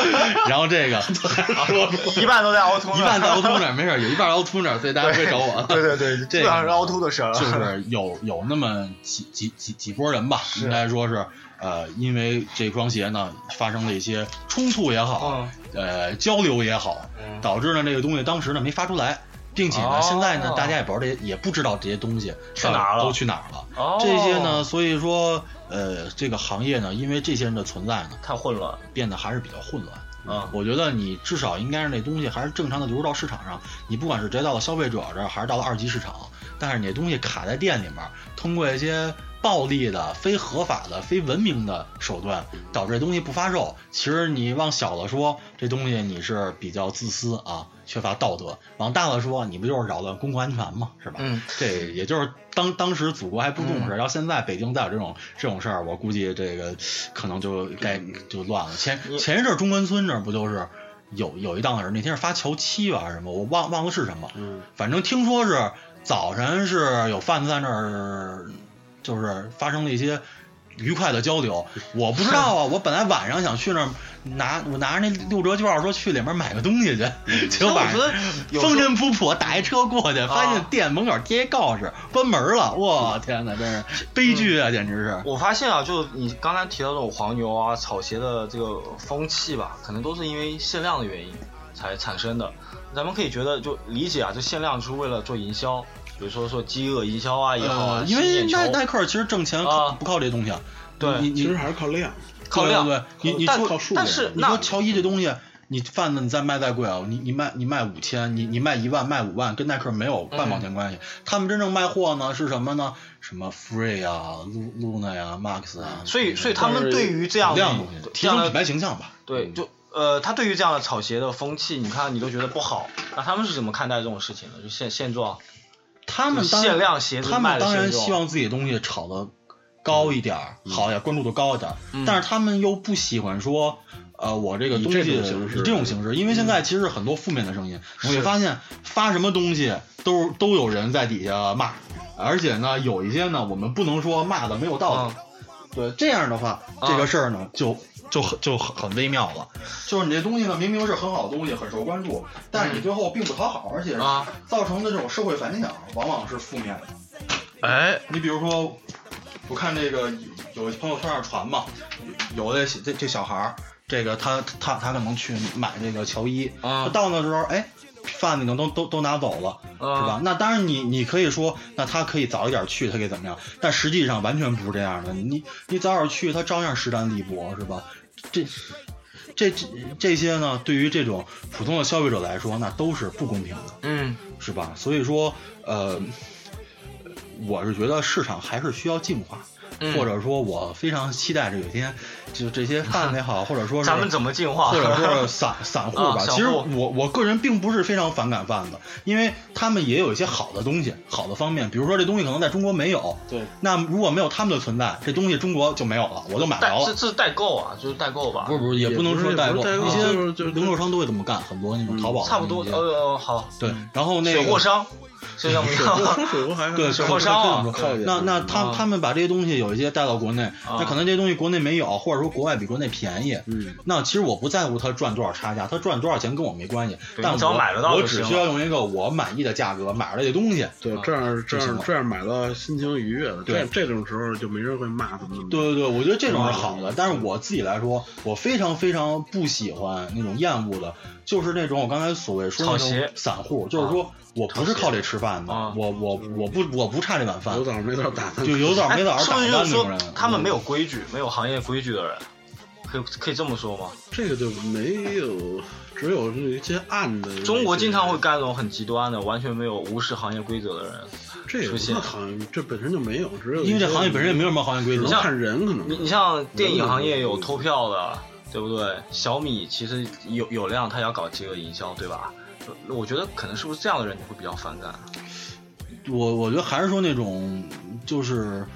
S2: 然后 这个说
S1: 一半都在凹凸，
S2: 一半在凹凸那儿，没事儿，有一半凹凸那儿，所以大家不会找 我。啊
S1: 对对对，
S2: 这
S1: 基本上是凹凸的事 儿。
S2: 就是有有那么几几几几波人吧，
S1: 是
S2: 应该说是，呃，因为这双鞋呢发生了一些冲突也好，呃，交流也好，
S1: 嗯
S2: 导致呢这个东西当时呢没发出来，并且呢
S1: 哦
S2: 现在呢大家也不知道这些，也不知道这些东西
S1: 去哪儿了
S2: 都去哪儿了。
S1: 哦
S2: 这些呢，所以说，呃，这个行业呢，因为这些人的存在呢，
S1: 太混乱
S2: 变得还是比较混乱。
S1: 啊，
S2: 我觉得你至少应该让这东西还是正常的流入到市场上，你不管是直接到了消费者这儿，还是到了二级市场，但是你这东西卡在店里面，通过一些暴力的、非合法的、非文明的手段，导致这东西不发售。其实你往小了说，这东西你是比较自私啊，缺乏道德；往大了说，你不就是扰乱公共安全吗？是吧？
S1: 嗯，
S2: 这也就是当当时祖国还不重视，然后现在北京再有这种这种事儿，我估计这个可能就该
S1: 嗯
S2: 就乱了。前
S1: 你
S2: 前一阵儿中关村这儿不就是有有一档子人，那天是发乔七吧还是什么，我忘忘了是什么，
S3: 嗯，
S2: 反正听说是早晨是有贩子在那儿，就是发生了一些。愉快的交流，我不知道啊。我本来晚上想去那儿拿，我拿着那六折券说去里面买个东西去，结
S1: 其实
S2: 果
S1: 嗯我
S2: 晚
S1: 觉
S2: 上
S1: 得有
S2: 风
S1: 时候
S2: 尘仆仆打一车过去，发现店门口贴一告示，关门了。我天哪，真是悲剧啊，简直是！
S1: 我发现啊，就是你刚才提到这种黄牛啊、草鞋的这个风气吧，可能都是因为限量的原因才产生的。咱们可以觉得就理解啊，就限量是为了做营销，比如说说饥饿营销啊也好啊，
S2: 呃，
S1: 吸
S2: 因
S1: 引
S2: 为
S1: 眼球
S2: 耐耐克其实挣钱靠
S1: 啊
S2: 不靠这东西啊，
S1: 对
S2: 你
S3: 其
S2: 你
S3: 实还是靠量。
S1: 靠
S2: 对
S1: 量
S2: 对对，你你
S1: 但
S2: 说
S3: 靠数
S1: 但
S3: 量
S1: 是
S2: 你
S1: 那
S2: 说乔伊这东西，你贩子你再卖再贵啊，你你卖你卖五千，你你卖一万卖五万，跟耐克没有半毛钱关系。他们真正卖货呢是什么呢？什么 Free 啊、Lu Luna 呀、Max 啊，
S1: 所以，所以他
S3: 但
S1: 们
S3: 是
S1: 对于这样
S2: 有
S1: 的
S2: 量的东西，提
S1: 这样
S2: 升
S1: 的
S2: 品牌形象吧。
S1: 对，就呃，他对于这样的草鞋的风气，你看你都觉得不好，那他们是怎么看待这种事情的？就现现状，
S2: 他们当
S1: 限量鞋子
S2: 他
S1: 卖
S2: 们
S1: 的
S2: 当然
S1: 现状
S2: 希望自己的东西炒得高一点儿，好一点，关注度高一点儿。但是他们又不喜欢说，呃，我这个
S3: 以
S2: 东
S3: 这
S2: 西
S3: 种形式
S2: 以这种形式，因为现在其实很多负面的声音，我会发现发什么东西都都有人在底下骂，而且呢，有一些呢，我们不能说骂的没有道理。
S1: 嗯
S2: 对，这样的话，
S1: 啊
S2: 这个事儿呢，就就很就很很微妙了。就是你这东西呢，明明是很好的东西，很受关注，但是你最后并不讨好，而且
S1: 啊
S2: 造成的这种社会反响往往是负面的。
S1: 哎，
S2: 你比如说，我看这个有朋友圈上传嘛，有的这这小孩儿，这个他他他可能去买这个球衣，
S1: 啊
S2: 他到那时候哎。饭可能都都都拿走了，
S1: 啊
S2: 是吧？那当然你，你可以说，那他可以早一点去，他可以怎么样？但实际上完全不是这样的。你你早点去，他照样势单力薄，是吧？这这这这些呢，对于这种普通的消费者来说，那都是不公平的。
S1: 嗯，
S2: 是吧？所以说，呃，我是觉得市场还是需要进化，
S1: 嗯
S2: 或者说，我非常期待着有一天，就这些贩子也好，或者说是
S1: 咱们怎么进化？
S2: 或者说 是散散户吧。
S1: 啊散户
S2: 其实我我个人并不是非常反感贩子，因为他们也有一些好的东西、好的方面，比如说这东西可能在中国没有，
S3: 对，
S2: 那如果没有他们的存在，这东西中国就没有了，我就买不
S1: 代
S2: 着
S1: 这
S2: 了。
S1: 这是代购啊，就是代购吧
S2: 不，是不是，也
S3: 也
S2: 不能
S3: 不是
S2: 说
S3: 也
S2: 代
S3: 不
S2: 购，
S3: 是代购
S2: 一些
S3: 就是就是
S2: 零售商都会这么干，很多那种淘宝的
S1: 差不多。
S2: 那
S1: 呃
S2: 些
S1: 呃，好，
S2: 对，然后那个
S1: 水货商，这要不要？
S3: 水壶还是
S2: 对，
S3: 还是
S1: 水货商啊
S2: 这么说
S3: 靠一点
S2: 那那
S1: 啊
S2: 他他们把这些东西有一些带到国内，那可能这些东西国内没有，或者说国外比国内便宜。
S3: 嗯，
S2: 那其实我不在乎他赚多少差价，他赚多少钱跟我没关系。
S1: 对
S2: 但
S1: 你只要
S2: 我
S1: 买得到
S2: 我
S1: 就
S2: 只
S1: 行
S2: 需要用一个我满意的价格买了这东西。
S3: 对
S1: 啊，
S3: 这样这
S2: 行
S3: 样
S2: 了
S3: 这样买到心情愉悦了，
S2: 对
S3: 这这种时候就没人会骂他们。
S2: 对，对对，我觉得这种是好
S1: 嗯
S2: 的，但是我自己来说，我非常非常不喜欢那种厌恶的，就是那种我刚才所谓说那
S1: 炒
S2: 种
S1: 鞋
S2: 散户，就是说我不是靠这吃饭的，
S1: 啊
S2: 我我我不我不差这碗饭
S3: 有，枣没枣打他。
S2: 就有枣
S1: 哎
S2: 没枣
S1: 是
S2: 打
S1: 不
S2: 饭
S1: 是
S2: 那
S1: 就是
S2: 种
S1: 说
S2: 人，嗯
S1: 他们
S2: 我
S1: 没有规矩，没有行业规矩的人，可以可以这么说吗？
S3: 这个就没有，只有这一些暗的。
S1: 中国经常会干这种很极端的，完全没有无视行业规则的人。
S3: 这也不算行业，这本身就没有，只有
S2: 因为这行业本身也没有什么行业规
S3: 只
S2: 则
S3: 能。看人可能。
S1: 你你像电影行业有投票的，对不对？小米其实有有量，它也要搞饥饿营销，对吧？呃我觉得可能是不是这样的人你会比较反感？
S2: 我我觉得还是说那种，就是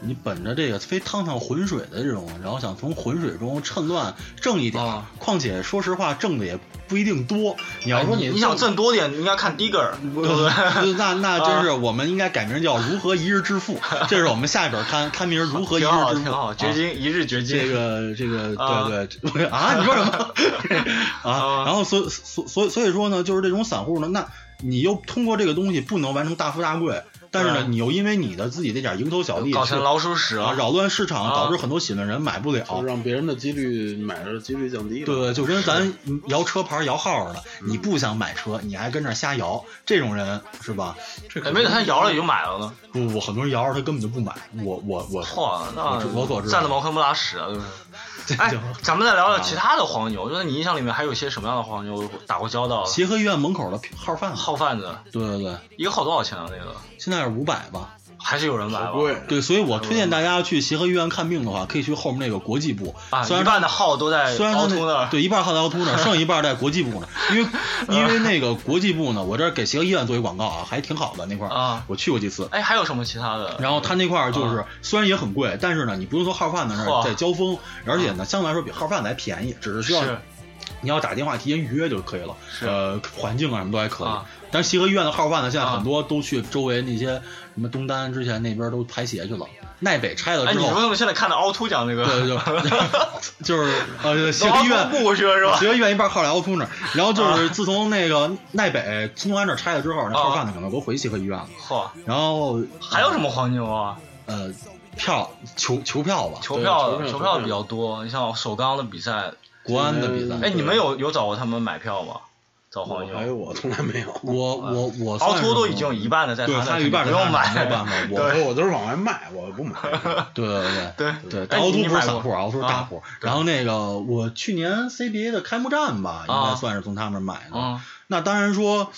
S2: 你本着这个非趟趟浑水的这种，然后想从浑水中趁乱挣一点。
S1: 啊
S2: 况且说实话，挣的也不一定多。你要说
S1: 哎你
S2: 你
S1: 想挣多点，你应该看 Digger，
S2: 不
S1: 对 不啊对？
S2: 那那真是，我们应该改名叫《如何一日致富》，这是我们下一本刊刊名《如何一日
S1: 挺好，
S2: 致富
S1: 挺》好，
S2: 啊。
S1: 掘金、一日掘金。
S2: 这个这个
S1: 啊
S2: 对对对啊，你说什么 啊
S1: 啊？
S2: 然后所所所以所以说呢，就是这种散户呢，那你又通过这个东西不能完成大富大贵，但是呢，
S1: 对
S2: 你又因为你的自己这点蝇头小
S1: 嗯
S2: 利
S1: 搞
S2: 是
S1: 成老鼠屎
S2: 啊
S1: 了，
S2: 扰乱市场，
S1: 啊
S2: 导致很多喜欢的人买不了。
S3: 就是让别人的几率买的几率降低了。
S2: 对对，就跟咱摇车牌摇号似的，
S1: 嗯
S2: 你不想买车，你还跟那儿瞎摇，这种人是吧？
S3: 这
S1: 哎
S3: 可能
S1: 没等他摇了也就买了呢。
S2: 不不，很多人摇着他根本就不买。我我我，
S1: 嚯，
S2: 我知我所知
S1: 那
S2: 道
S1: 占的茅坑不拉屎啊，就是。
S2: 这
S1: 哎
S2: 就，啊
S1: 咱们再聊聊其他的黄牛，就是你印象里面还有些什么样的黄牛打过交道的？
S2: 协和医院门口的号贩子，
S1: 号贩子，
S2: 对对对，
S1: 一个号多少钱啊？那个
S2: 现在是五百吧？
S1: 还是有人买吧
S3: 好？贵，
S2: 对，所以我推荐
S1: 嗯
S2: 大家去协和医院看病的话，可以去后面那个国际部
S1: 啊，
S2: 虽
S1: 一
S2: 然
S1: 半的号都在
S2: 虽然
S1: 凹
S2: 他
S1: 凸那
S2: 那
S1: 儿。嗯
S2: 对一半耗在凹凸那儿，剩一半在国际 部呢。因为因为那个国际部呢，我这儿给协和医院做一广告啊，还挺好的那块儿
S1: 啊
S2: 我去过几次。
S1: 哎，还有什么其他的？
S2: 然后他那块儿就是虽然也很贵，但是呢，你不用从号贩子那儿
S1: 嗯嚯嗯
S2: 再交锋，而且呢，相对来说比号贩子还便宜，只是需要
S1: 是
S2: 你要打电话提前预约就可以了，
S1: 是
S2: 呃，环境啊什么都还可以
S1: 啊。
S2: 但是协和医院的号贩子现在
S1: 啊
S2: 很多都去周围那些什么东单之前那边都排协去了，奈北拆了
S1: 哎，
S2: 之
S1: 你为
S2: 后，
S1: 什么现在看到凹凸讲那个？
S2: 对对 对，就是呃协和医院
S1: 都凹凸不啊去了是吧？
S2: 协和医院一半靠俩凹凸那儿，然后就是自从那个奈北新东安那儿拆了之后，那
S1: 啊
S2: 号贩子可能都回协和医院了，
S1: 嚯，
S2: 然后
S1: 还有什么黄牛啊？
S2: 呃票球球票吧，
S1: 球票
S3: 对
S1: 的
S3: 球票
S1: 球票的比较多，你像首钢的比赛，
S2: 国安的比赛，
S1: 哎，
S3: 对
S1: 你们有有找过他们买票吗？找黄
S3: 还有
S1: 牛？
S3: 哎我从来没有，
S2: 我我我
S1: 凹
S2: 算
S1: 凸
S2: 是
S1: 都已经有一半的在
S2: 对，
S1: 那
S2: 他
S1: 儿，
S2: 有一半
S1: 你不用买，
S2: 没有办法，我
S1: 对
S3: 我我都是往外卖，我不买。
S2: 对对
S1: 对
S2: 对，
S1: 哎
S2: 但凹凸
S1: 你
S2: 不是
S1: 买
S2: 散
S1: 过
S2: 户，凹凸是大
S1: 啊
S2: 户。然后那个我去年 CBA 的开幕战吧，应该
S1: 啊
S2: 算是从他们买的。
S1: 嗯
S2: 那当然说，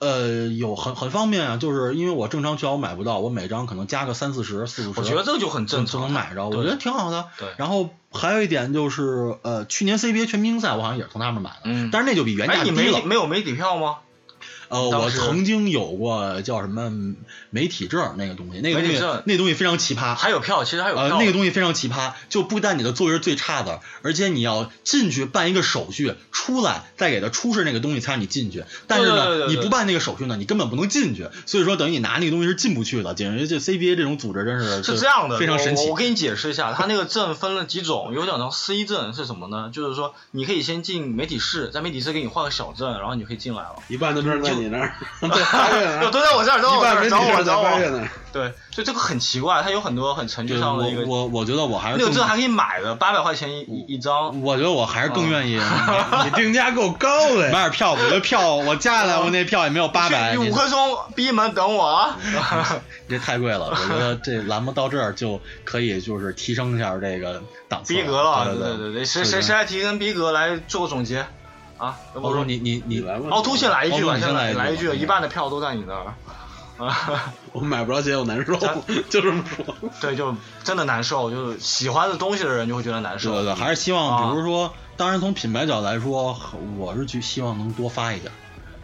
S2: 呃，有很很方便啊，就是因为我正常去我买不到，我每张可能加个三四十、四五十，
S1: 我觉得这就很正
S2: 就
S1: 常，
S2: 能买着，
S1: 对
S2: 我觉得挺好的。
S1: 对
S2: 然后还有一点就是，呃，去年 CBA 全明星赛我好像也是从他们买的，
S1: 嗯
S2: 但是那就比原
S1: 哎，
S2: 价
S1: 你
S2: 低
S1: 没
S2: 了
S1: 底。没有没底票吗？
S2: 呃，
S1: 当
S2: 我
S1: 时
S2: 曾经有过叫什么媒体证那个东西，那个
S1: 媒
S2: 东
S1: 体
S2: 西
S1: 证
S2: 那东西非常奇葩，
S1: 还有票，其实还有票。
S2: 呃，那个东西非常奇葩，就不但你的座位是最差的，而且你要进去办一个手续，出来再给他出示那个东西才让你进去。但是
S1: 对
S2: 呢，
S1: 对对对
S2: 你不办那个手续呢，你根本不能进去。所以说，等于你拿那个东西是进不去的。简直这 CBA 这种组织真是
S1: 是这样的，
S2: 非常神
S1: 我
S2: 奇
S1: 我。给你解释一下，它那个证分了几种，有两张 C 证是什么呢？就是说你可以先进媒体室，在媒体室给你画个小证，然后你就可以进来了。
S3: 一半的证在你 那儿，对，八月呢
S1: 都在我这儿，都在
S3: 一
S1: 我这
S3: 半
S1: 儿，
S3: 没
S1: 找我
S3: 证
S1: 找
S3: 在八月
S1: 我。
S3: 呢。
S1: 对，所以这个很奇怪，它有很多很程
S2: 就
S1: 序
S2: 是
S1: 上的
S2: 我
S1: 一个，
S2: 我我觉得我还是
S1: 那个
S2: 更
S1: 证还可以买的，八百块钱一
S2: 嗯
S1: 一一张。
S2: 我觉得我还是更愿意买
S1: 啊
S3: 你定价够高的呀，
S2: 点票。我的票我加起来我那票也没有八百，嗯
S1: 去你
S2: 你
S1: 五分钟闭门等我啊！
S2: 这太贵了。我觉得这栏目到这儿就可以就是提升一下这个档次
S1: 逼格了，啊
S2: 对
S1: 对
S2: 对
S1: 对对，谁谁谁来提升逼格来做个总结啊？要
S2: 欧
S1: 不
S2: 洲，哦你你你
S3: 你来吧
S1: 凹凸先来一句吧，
S2: 凹凸你
S1: 先
S2: 先来一句吧嗯
S1: 来一句，一半的票都在你那儿。啊，
S3: 我买不着鞋，我难受，就这么说。
S1: 对，就真的难受，就是喜欢的东西的人就会觉得难受
S2: 对。对，还是希
S1: 啊
S2: 望，比如说，当然从品牌角度来说，我是觉希望能多发一点，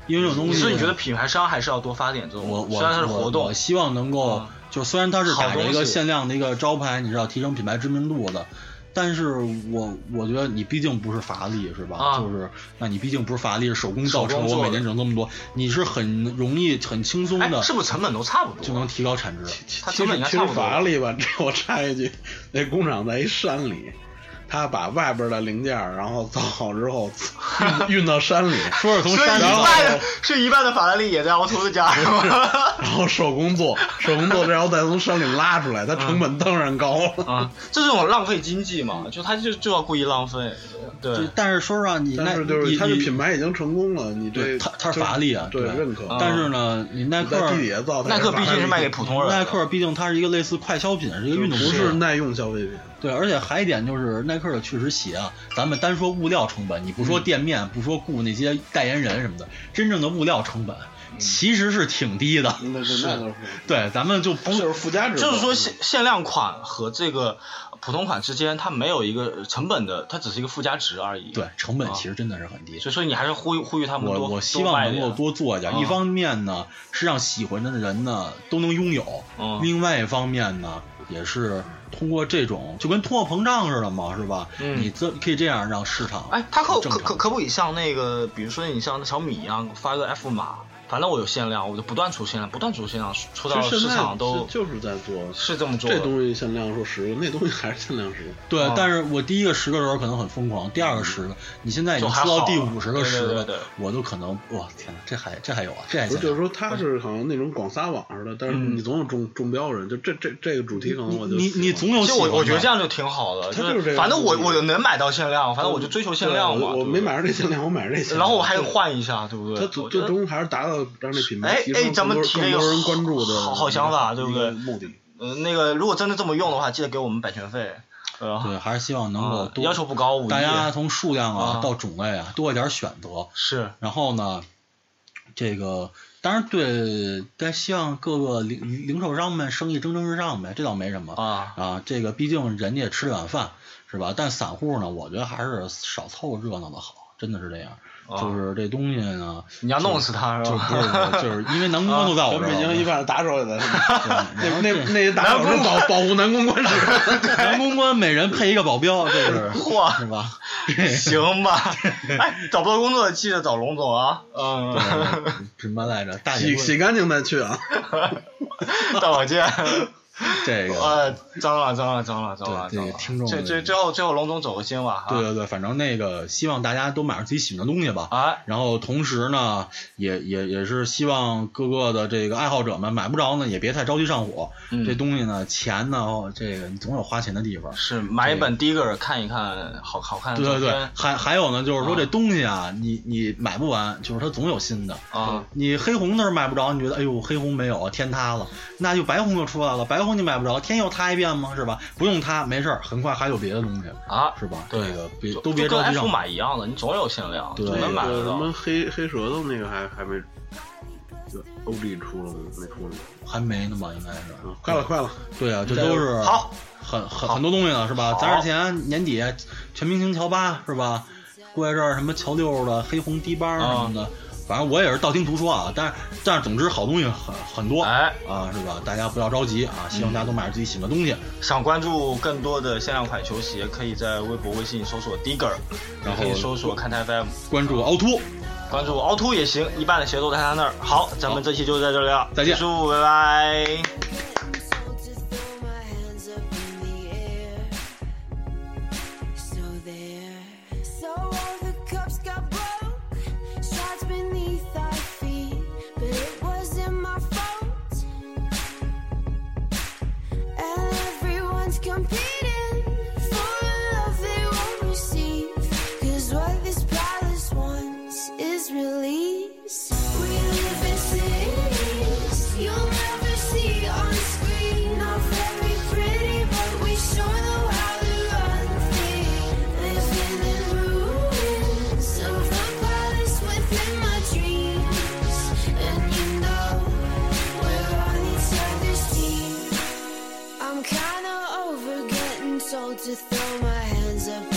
S2: 因为这种东
S1: 你
S2: 西，
S1: 是你觉得品牌商还是要多发点这种？
S2: 我我
S1: 虽然它是活
S2: 我
S1: 动
S2: 我，希望能够
S1: 嗯，
S2: 就虽然它是打着一
S1: 好东
S2: 个
S1: 西
S2: 限量的一个招牌，你知道提升品牌知名度的。但是我我觉得你毕竟不是法拉利是吧？
S1: 啊
S2: 就是那你毕竟不是法拉利，是手工
S1: 手
S2: 造
S1: 工
S2: 车，
S1: 做
S2: 我
S1: 的
S2: 每年整这么多，你是很容易很轻松
S1: 哎，
S2: 的
S1: 是不是成本都差不
S2: 就
S1: 多
S2: 能？提高产值。
S1: 它
S3: 其
S1: 成本
S3: 实
S1: 应该
S3: 其
S1: 差
S3: 实
S1: 不
S3: 法拉
S1: 多。
S3: 利吧， 这我插一句，那工厂在一山里，他把外边的零件儿，然后造好之后运运到山里，
S2: 说是从
S1: 所以
S2: 山
S1: 一
S2: 里
S3: 然后
S1: 半的，是一半的法拉利也在凹凸的家是吗？
S3: 然后手工做，手工做，然后再从山里拉出来，它成本当然高了。
S1: 啊，这是种浪费经济嘛，就他就就要故意浪费。
S2: 就
S1: 对，
S2: 但是说实话，你那
S3: 但是就
S2: 你
S3: 是它
S2: 你
S3: 这品牌已经成功了，你
S2: 对
S3: 这
S2: 它它是
S3: 就
S2: 法拉利啊
S3: 对
S2: 对
S3: 认可。
S1: 啊
S2: 但是呢，你耐
S3: 你
S2: 克
S3: 在地底下造，它
S1: 耐克
S3: 也
S1: 毕
S3: 法拉
S1: 竟
S3: 利
S1: 是卖给普通人的，
S2: 耐克毕竟它是一个类似快消品，是一个运动
S3: 不
S2: 品
S1: 啊
S3: 是耐用消费品，
S2: 对，而且还一点就是耐克的确实鞋啊，咱们单说物料成本，你不
S3: 嗯
S2: 说店面，不说雇那些代言人什么的，真正的物料成本
S3: 嗯
S2: 其实是挺低的。
S3: 那是那倒是，
S2: 对，咱们就不
S3: 它嗯就是附加值，啊
S1: 就是说限限量款和这个普通款之间，它没有一个成本的，它只是一个附加值而已。
S2: 对，成本其实真的是很低。
S1: 所以所以你还是呼吁呼吁他们
S2: 我
S1: 多
S2: 我希
S1: 多
S2: 望
S1: 卖
S2: 能够
S1: 点
S2: 多做一点，
S1: 啊
S2: 一方面呢是让喜欢的人呢都能拥有，
S1: 嗯
S2: 另外一方面呢也是通过这种就跟通货膨胀似的嘛，是吧？
S1: 嗯
S2: 你这可以这样让市场
S1: 哎，它可
S2: 正
S1: 可
S2: 常
S1: 可可不可以像那个，比如说你像小米一样发个 F 码，反正我有限量，我就不断出限量，不断出限量，出到
S3: 其实
S1: 市
S3: 现在
S1: 场都
S3: 就就是在做
S1: 是这么做的。
S3: 这东西限量说十个，那东西还是限量十个。
S2: 对，
S1: 啊
S2: 但是我第一个十个的时候可能很疯狂，第二个十个，你现在已经
S1: 嗯就还
S2: 出到
S1: 好
S2: 第
S1: 了
S2: 五十个
S1: 对对
S2: 十
S1: 对
S2: 个
S1: 对，
S2: 我都可能，哇天哪，这还这还有啊，这还
S3: 不是，
S2: 行。
S3: 就是说他是好像那种广撒网似的，但是
S1: 嗯
S3: 你总有中中标人，就这这这个主题可能
S2: 你
S3: 我就
S2: 你你总有
S1: 其
S2: 喜
S1: 实
S2: 欢
S1: 我
S2: 的，
S1: 我觉得这样就挺好的，
S3: 它
S1: 就
S3: 就是这
S1: 是
S3: 个
S1: 反正我
S3: 东西
S1: 我能买到限量，反正我就追求限量嘛。
S3: 我
S1: 对
S3: 我
S1: 不对，
S3: 没买上这限量，我买上这限量，
S1: 然后我还换一下，对不
S3: 他
S1: 对？
S3: 最
S1: 我觉
S3: 最
S1: 得
S3: 终还是达到让这品牌
S1: 哎
S3: 提
S1: 哎
S3: 升
S1: 咱们
S3: 更多
S1: 提
S3: 更
S1: 这个
S3: 多人关注的
S1: 好好想法对不对
S3: 一个目的
S1: 呃，那个如果真的这么用的话，记得给我们版权费。呃，
S2: 对，还是希望能够
S1: 啊
S2: 多
S1: 要求不高，五亿
S2: 大家从数量
S1: 啊
S2: 啊到种类啊多一点选择，
S1: 是
S2: 然后呢，这个当然对，该希望各个零零售商们生意蒸蒸日上呗，这倒没什么
S1: 啊，
S2: 啊，这个毕竟人家也吃这碗饭是吧？但散户呢，我觉得还是少凑热闹的好，真的是这样。
S1: 啊
S2: 就是这东西 呢，
S1: 你要弄死他是
S2: 就
S1: 吧？
S2: 不是我，就是因为南宫关都在我
S3: 跟
S2: 这儿
S3: 啊北京一
S2: 了。
S3: 半打手 也在那
S2: 对然后
S3: 儿，那那那打手是保保护 南宫关使，
S2: 南宫关每人配一个保镖，这 是
S1: 嚯
S2: 是吧？
S1: 行吧，哎，找不到工作记得找龙总啊，嗯，
S2: 什么来着？大姐
S3: 洗
S2: 棍
S3: 洗干净再去啊。
S1: 大保健，
S2: 这
S3: 啊
S2: 个，
S1: 呃，脏了脏了脏了脏了
S2: 对
S1: 脏
S2: 这
S1: 了
S2: 个，听众
S1: 最最最后最后龙总走个心吧，啊
S2: 对对对，反正那个希望大家都买上自己喜欢的东西吧。
S1: 哎，
S2: 然后同时呢，也也也是希望各个的这个爱好者们买不着呢，也别太着急上火。
S1: 嗯
S2: 这东西呢，钱呢，哦这个你总有花钱的地方。
S1: 是买一本 Digger 看一看，好好看的
S2: 对
S1: 照
S2: 对对
S1: 片，
S2: 还还有呢，就是说
S1: 啊
S2: 这东西啊，你你买不完，就是它总有新的。
S1: 啊，
S2: 你黑红那儿买不着，你觉得哎呦黑红没有天塌了，那就白红就出来了，白红你买不着，天又塌一遍吗？是吧？不用塌，没事儿，很快还有别的东西，
S1: 啊，
S2: 是吧？
S1: 对
S2: 这个别
S1: 就
S2: 都别
S1: 就跟
S2: 着急
S1: F
S2: 上火。
S1: 码一样的，你总有限量，
S2: 对
S1: 总
S3: 那
S1: 能买
S3: 个
S1: 得
S3: 什
S1: 到
S3: 么黑黑舌头那个还还没，就 OG 出了吗？没出呢。
S2: 还没呢吧？应该是。
S3: 啊快了快了，
S2: 对啊，这都是
S1: 嗯好
S2: 很很很多东西了，是吧？
S1: 好
S2: 咱之前年底啊
S1: 啊
S2: 全明星乔八是吧？过来这儿什么乔六的黑红低帮什么的，反正我也是道听途说啊，但但是总之好东西很很多，
S1: 哎嗯
S2: 啊是吧？大家不要着急啊，希望大家都买着自己喜欢的东西。
S1: 想关注更多的限量款球鞋，可以在微博、微信搜索 Digger，
S2: 然后
S1: 也可以搜索看台 FM，
S2: 关注凹凸，
S1: 关注凹凸也行，一半的鞋都在他那儿。好，咱们这期就在这里了，
S2: 再见
S1: 结束，拜拜。
S4: So just throw my hands up in the air. So there. So all the cups got broke, shards beneath our feet, but it wasn't my fault. And everyone's competing for a love they won't receive. 'Cause what this palace wants is release. We live in cities you'll never see on screen. Not very pretty, but we sure know how to run things. Living in ruins of the palace within my dreams, and you know we're on each other's team. I'm kinda over getting told to throw my hands up